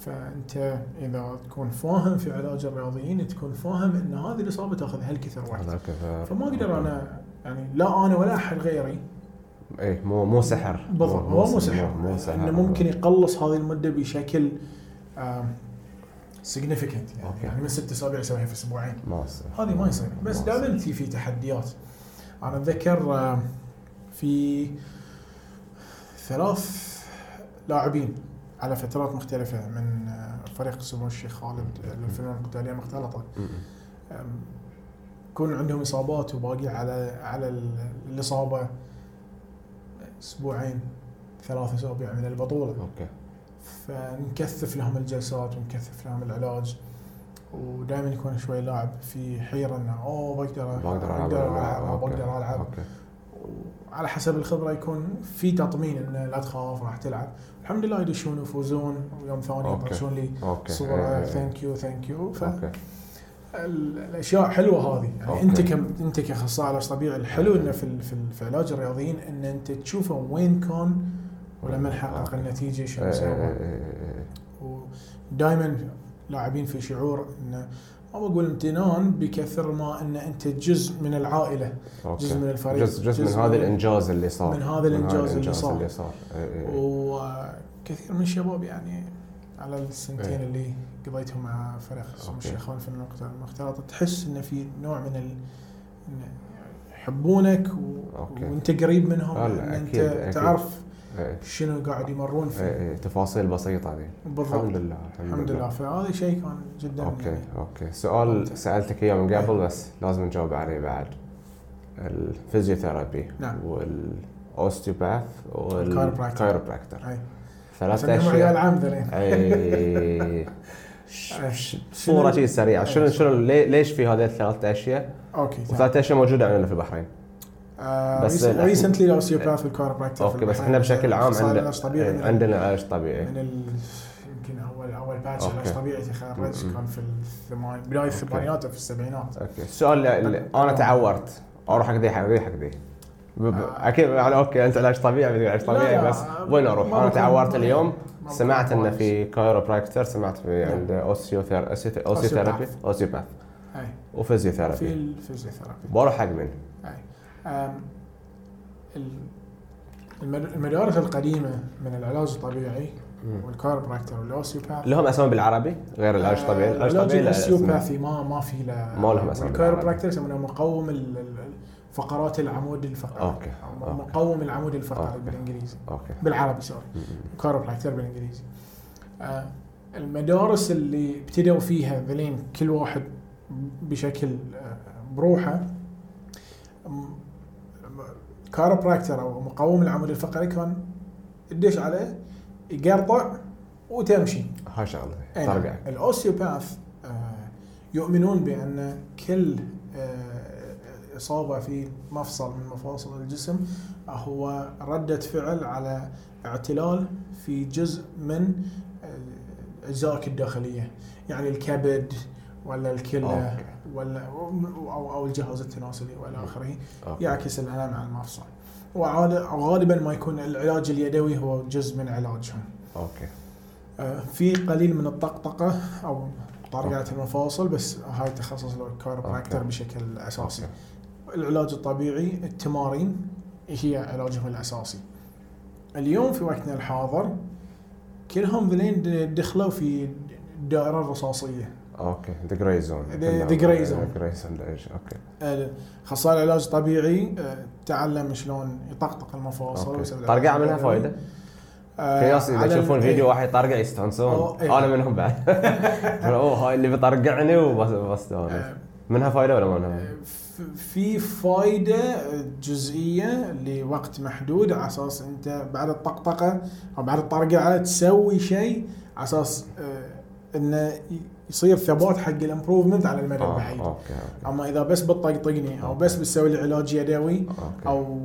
فأنت إذا تكون فاهم في علاج الرياضيين تكون فاهم أن هذه الإصابة تأخذ هالكثر وقت هذا كذا. فما أقدر أنا يعني لا أنا ولا أحد غيري ايه مو مو سحر بالضبط هو مو سحر مو سحر انه ممكن يقلص هذه المده بشكل سيجنفكنت يعني, أوكي. يعني من ست اسابيع يسويها في اسبوعين ما يصير هذه ما يصير بس ما يصير. دائما في في تحديات انا اتذكر آه، في ثلاث لاعبين على فترات مختلفة من آه، فريق سمو الشيخ خالد آه، للفنون القتالية المختلطة مم. آم، يكون عندهم إصابات وباقي على على ال- الإصابة أسبوعين ثلاث أسابيع من البطولة اوكي فنكثف لهم الجلسات ونكثف لهم العلاج ودائما يكون شوي لاعب في حيره انه اوه بقدر بقدر العب آه، بقدر ولا لا؟ أوكي. العب أو بقدر العب اوكي وعلى حسب الخبره يكون في تطمين انه لا تخاف راح تلعب الحمد لله يدشون ويفوزون ويوم ثاني أوكي. إيه، يبرشون لي اوكي صوره ثانك ثانك يو ثانك يو اوكي فالاشياء حلوه هذه يعني أوكي. انت كم انت كاخصائي علاج طبيعي الحلو أوكي. انه في ال- في ال- في علاج الرياضيين ان انت تشوفه وين كان ولما نحقق أوكي. النتيجه إيه، شنو إيه، سوى إيه، إيه، إيه. ودائما لاعبين في شعور انه ما بقول امتنان بكثر ما ان انت جزء من العائله أوكي. جزء من الفريق جزء جزء من هذا الانجاز اللي صار من هذا الإنجاز اللي صار. اللي صار إيه، إيه. وكثير من الشباب يعني على السنتين إيه. اللي قضيتهم مع فريق سمو أوكي. الشيخ في النقطة المختلطة تحس انه في نوع من ال... إنه يحبونك و... أوكي. وانت قريب منهم هلا، لأن انت أكيد، أكيد. تعرف إيه، شنو قاعد يمرون إيه، فيه إيه. تفاصيل بسيطه ذي بالضبط الحمد لله الحمد لله فهذا شيء كان جدا اوكي يعني اوكي سؤال سالتك اياه من قبل بس لازم نجاوب عليه بعد الفيزيوثيرابي نعم. والاوستيوباث الكايروبراكتر. والكايروبراكتر أي. ثلاث عشان هم عيال اشياء عام ذلين اي إيه. ش- أي. ش- صوره شيء سريعه أي. نعم. شنو شنو لي- ليش في هذه الثلاث اشياء؟ اوكي وثلاث اشياء موجوده عندنا في البحرين بس بس ال- ريسنتلي لو سيوباث الكوربراكتر اوكي بس احنا بشكل عام عندنا طبيعي نعم. عندنا عندنا علاج طبيعي من ال... يمكن اول اول باتش إيه. أوكي. علاج طبيعي تخرج م- م. كان في الثمان بدايه الثمانينات او في السبعينات اوكي السؤال اللي- اللي انا تعورت اروح حق ذي حق ذي حق ذي ب- ب- اكيد يعني اوكي انت علاج طبيعي بدي علاج آه. لا، طبيعي بس وين اروح؟ ما انا بكون- تعورت اليوم ما سمعت بكون انه كويس. في كايروبراكتر سمعت في نعم. عند اوسيوثير أوسيوث- اوسيوثيرابي اوسيوباث أي. في وفيزيوثيرابي الفيزيوثيرابي بروح حق من؟ أم، ال- المد- المدارس القديمه من العلاج الطبيعي والكوربراكتر والاوسيوباث لهم اسامي بالعربي غير العلاج الطبيعي آه، العلاج العلاج الطبيعي له أسماء. الاستيوباثي ما ما في له ما لهم أسماء بالعربي. الكايروبراكتر يسمونه مقوم ال- ال- فقرات العمود الفقري أوكي، أو م- أوكي. مقوم العمود الفقري أوكي. بالانجليزي اوكي بالعربي سوري م- م- كايروبراكتر بالانجليزي آه، المدارس اللي ابتدوا فيها ذلين كل واحد بشكل آه، بروحه م- م- كايروبراكتر او مقوم العمود الفقري كان تدش عليه يقرطع وتمشي هاي شغله أي ترجع نعم. الاوسيوباث آه، يؤمنون بان كل آه، اصابه في مفصل من مفاصل الجسم هو رده فعل على اعتلال في جزء من آه، اجزائك الداخليه يعني الكبد ولا الكلى أوكي. ولا او او الجهاز التناسلي والى اخره أوكي. يعكس الالم على المفصل وغالبا ما يكون العلاج اليدوي هو جزء من علاجهم اوكي آه، في قليل من الطقطقه او طريقه المفاصل بس هاي تخصص الكايروبراكتر أوكي. بشكل اساسي أوكي. العلاج الطبيعي التمارين هي علاجهم الاساسي اليوم في وقتنا الحاضر كلهم ذلين د- دخلوا في الدائره الرصاصيه اوكي ذا جراي زون The- the grey zone. ذا جراي زون اوكي خصائص العلاج الطبيعي آه، تعلم شلون يطقطق المفاصل اوكي ويسوي طرقع العلاج منها اليدوي. فايده آه، في ناس اذا على ال- يشوفون إيه. فيديو واحد يطرقع يستانسون أوه، إيه. انا منهم بعد يقولون، اوه هاي اللي بيطرقعني وبس بس أنا. آه، منها فايده ولا ما منها؟ في آه، ف- في فائده جزئيه لوقت محدود على اساس انت بعد الطقطقه او بعد الطرقه على تسوي شيء على اساس آه، انه ي- يصير ثبات حق الامبروفمنت على المدى آه، البعيد اوكي اوكي اما اذا بس بتطقطقني او بس بتسوي لي علاج يدوي اوكي او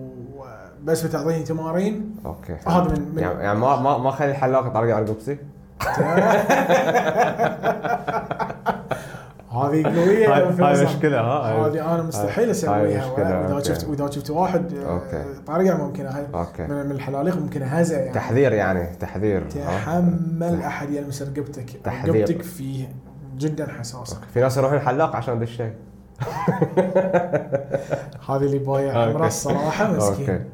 بس بتعطيني تمارين اوكي هذا من- من- يعني يعني ما ما ما خلي الحلاق يطرقع رقبتي هذه قويه هاي- يا فيصل. طيب، هاي مشكلة، ها؟ هاي- هذه انا مستحيل هاي اسويها مشكلة، ولا- واذا أوكي. شفت واذا شفت واحد آه، أوكي. طارقه ممكن أهل من اوكي من الحلاليق ممكن هزه يعني تحذير يعني تحذير ها؟ تحمل يعني احد يلمس رقبتك آه. تحذير. رقبتك فيه جدا حساسه في ناس يروحون الحلاق عشان ذا الشيء هذه اللي بايع أوكي. عمره الصراحه مسكين اوكي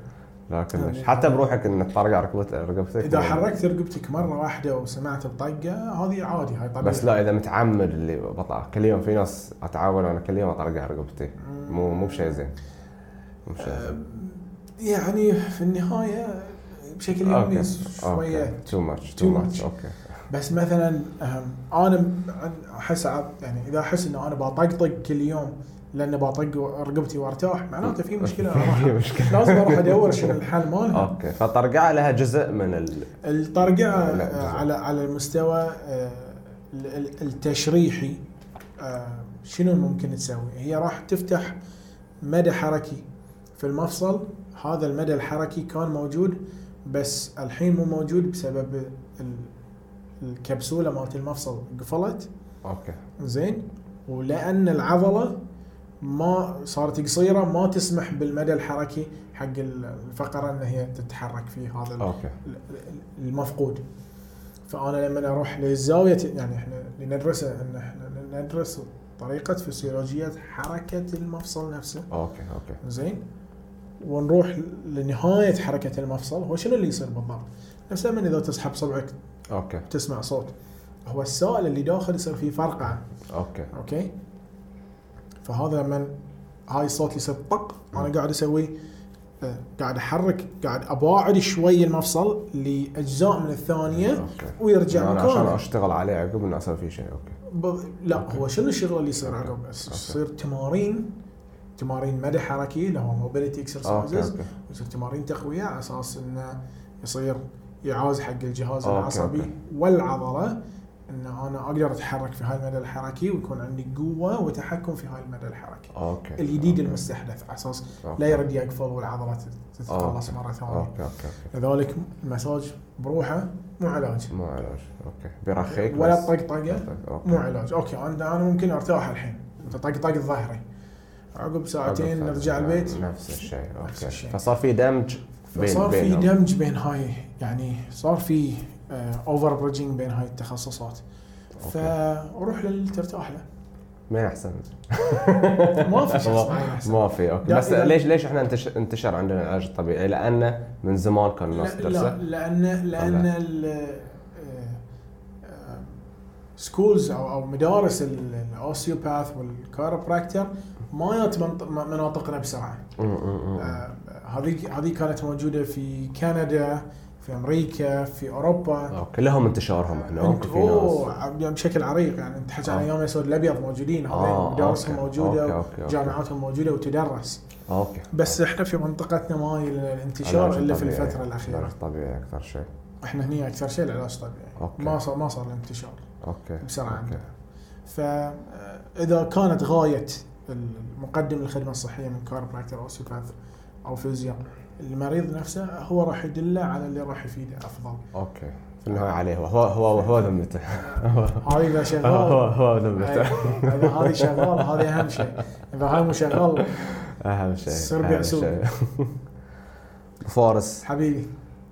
لكن مش حتى بروحك انك تطرقع ركبت رقبتك اذا حركت رقبتك مره واحده وسمعت بطقه هذه عادي هاي طبيعي بس لا اذا متعمد اللي بطلع كل يوم في ناس اتعاون انا كل يوم اطرقع رقبتي مو مو بشيء زين مو بشيء أه، زين يعني في النهايه بشكل يومي شويه تو ماتش تو too ماتش much. اوكي بس مثلا أهم، انا م- عن- احس عاد- يعني اذا احس انه انا بطقطق كل يوم لان بطق رقبتي وارتاح معناته في مشكله أنا راح- في مشكلة. لازم اروح ادور شنو الحل مالها اوكي فالطرقعه لها جزء من ال الطرقعه لا، آه، على على المستوى آه، ال- ال- التشريحي آه، شنو ممكن تسوي؟ هي راح تفتح مدى حركي في المفصل هذا المدى الحركي كان موجود بس الحين مو موجود بسبب ال- الكبسوله مالت المفصل قفلت اوكي زين ولان العضله ما صارت قصيره ما تسمح بالمدى الحركي حق الفقره ان هي تتحرك في هذا ال- اوكي المفقود فانا لما اروح لزاويه يعني احنا لندرسه ان احنا ندرس طريقه فسيولوجيه حركه المفصل نفسه اوكي اوكي زين ونروح لنهايه حركه المفصل هو شنو اللي يصير بالضبط؟ نفس لما اذا تسحب صبعك اوكي تسمع صوت هو السائل اللي داخل يصير فيه فرقعه اوكي اوكي فهذا لما هاي الصوت يصير طق انا قاعد اسوي آه، قاعد احرك قاعد اباعد شوي المفصل لاجزاء من الثانيه اوكي ويرجع انا عشان مكانه اشتغل عليه عقب اني اسوي فيه شيء اوكي ب... لا أوكي. هو شنو الشغل اللي يصير أوكي. عقب يصير تمارين تمارين مدى حركي اللي هو موبيليتي اوكي اكسرسايزز اوكي يصير تمارين تقويه على اساس انه يصير اعاز حق الجهاز أوكي، العصبي أوكي. والعضله ان انا اقدر اتحرك في هاي المدى الحركي ويكون عندي قوه وتحكم في هاي المدى الحركي اوكي الجديد أوكي. المستحدث على اساس أوكي. لا يرد يقفل والعضله تتقلص أوكي. مره ثانيه اوكي اوكي اوكي لذلك المساج بروحه مو علاج مو علاج اوكي بيرخيك ولا بس. الطقطقه اوكي مو علاج اوكي انا انا ممكن ارتاح الحين انت طقطق ظهري عقب ساعتين نرجع البيت نفس الشيء نفس اوكي الشيء. فصار في دمج بين صار في بينهم. دمج بين هاي يعني صار في اوفر بريدجنج بين هاي التخصصات فروح للي ترتاح له ما احسن ما في شخص معين أحسن. ما في اوكي لا، بس إذا- ليش ليش احنا انتش- انتشر عندنا العلاج الطبيعي؟ لانه من زمان كان الناس لا لا تدرسه لان لان ولا؟ ال آه، سكولز او او مدارس الاوسيوباث والكايروبراكتر ما يات منط- مناطقنا بسرعه أمم، أمم، أمم. آه، هذه هذه كانت موجوده في كندا في امريكا في اوروبا اوكي لهم انتشارهم احنا انت اوكي في ناس اوه عم- بشكل عريق يعني انت تحكي عن آه. ايام الاسود الابيض موجودين هذين آه، مدارسهم أوكي، أوكي، موجوده أوكي، آه. أوكي. جامعاتهم موجوده وتدرس اوكي بس احنا في منطقتنا ما يل- الانتشار الا في العلاج الفتره الطبيعي. الاخيره العلاج الطبيعي اكثر شيء احنا هنا اكثر شيء العلاج الطبيعي أوكي. ما صار ما صار الانتشار اوكي بسرعة أوكي. عندنا. فاذا كانت غايه المقدم الخدمه الصحيه من كايروبراكتر او سيكاث او فيزياء المريض نفسه هو راح يدله على اللي راح يفيده افضل اوكي في النهايه عليه هو هو هو, هو ذمته هو هذه اذا هو- شغال هو ذمته إذا- اذا أيوة. هذه شغال هذه اهم شيء اذا هاي مو شغال اهم شيء سر أهم بيعسوب. شيء. فارس حبيبي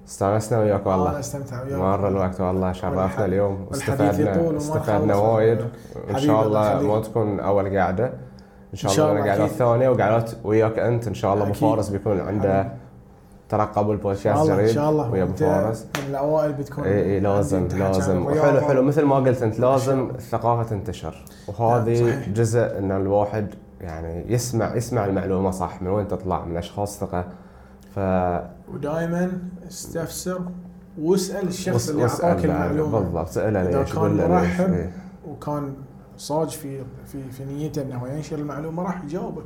استانسنا وياك انا والله استمتع مر وياك الوقت والله شرفنا آه، والحديث- اليوم والحديث يطول وما واستفدنا نخلص. استفدنا وايد ان حبيبي شاء الله الله يخليك. ما تكون اول قعده ان شاء إن شأ الله الله انا قاعده أكيد. الثانيه وقعدت وياك انت ان شاء الله ابو أكيد. فارس بيكون عنده حبيبي. ترقبوا إن شاء البودكاست الله ان جريد شاء الله ويا ابو وأنت فارس من الاوائل بتكون اي اي لازم عندي امتحان عن لازم الرياضة. حلو حلو مثل ما قلت انت لازم الله. الثقافه تنتشر نعم، وهذه صحيح. جزء ان الواحد يعني يسمع يسمع المعلومه صح من وين تطلع من اشخاص ثقه ف ودائما استفسر واسال الشخص وس- اللي واسأل اعطاك بعد. المعلومه بالضبط ساله إذا ليش كان ولا ليش مرحب. إيه. وكان صاج في في في نيته انه هو ينشر المعلومه راح يجاوبك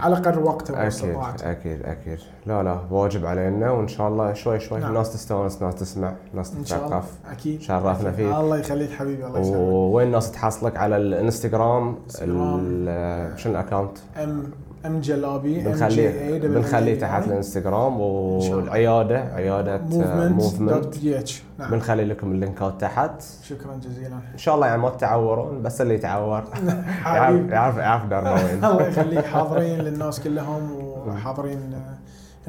على قدر وقته اكيد واستطاعته اكيد اكيد لا لا واجب علينا وان شاء الله شوي شوي نعم. الناس تستانس ناس تسمع ناس ان شاء تتثقف الله اكيد شرفنا فيك الله يخليك حبيبي الله يسلمك ووين الناس تحصلك على الانستغرام انستغرام. ال- شنو الاكونت ام ام جلابي بنخليه بنخليه تحت الانستغرام شاء الله. والعياده عياده موفمنت موفمنت دي اتش نعم آه، بنخلي لكم اللينكات تحت شكرا جزيلا ان شاء الله يعني ما تتعورون بس اللي يتعور يعرف حبيبي يعرف يعرف دارنا وين الله يخليك حاضرين للناس كلهم وحاضرين آه،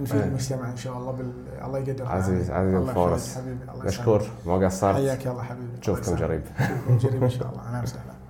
نفيد المجتمع ان شاء الله بال... الله يقدر طيب. عزيز- عزيز الله يخليك الفورس. حبيبي الله يسلمك. مشكور ما قصرت حياك يلا حبيبي نشوفكم الله جريب يسلمك. نشوفكم قريب ان شاء الله اهلا وسهلا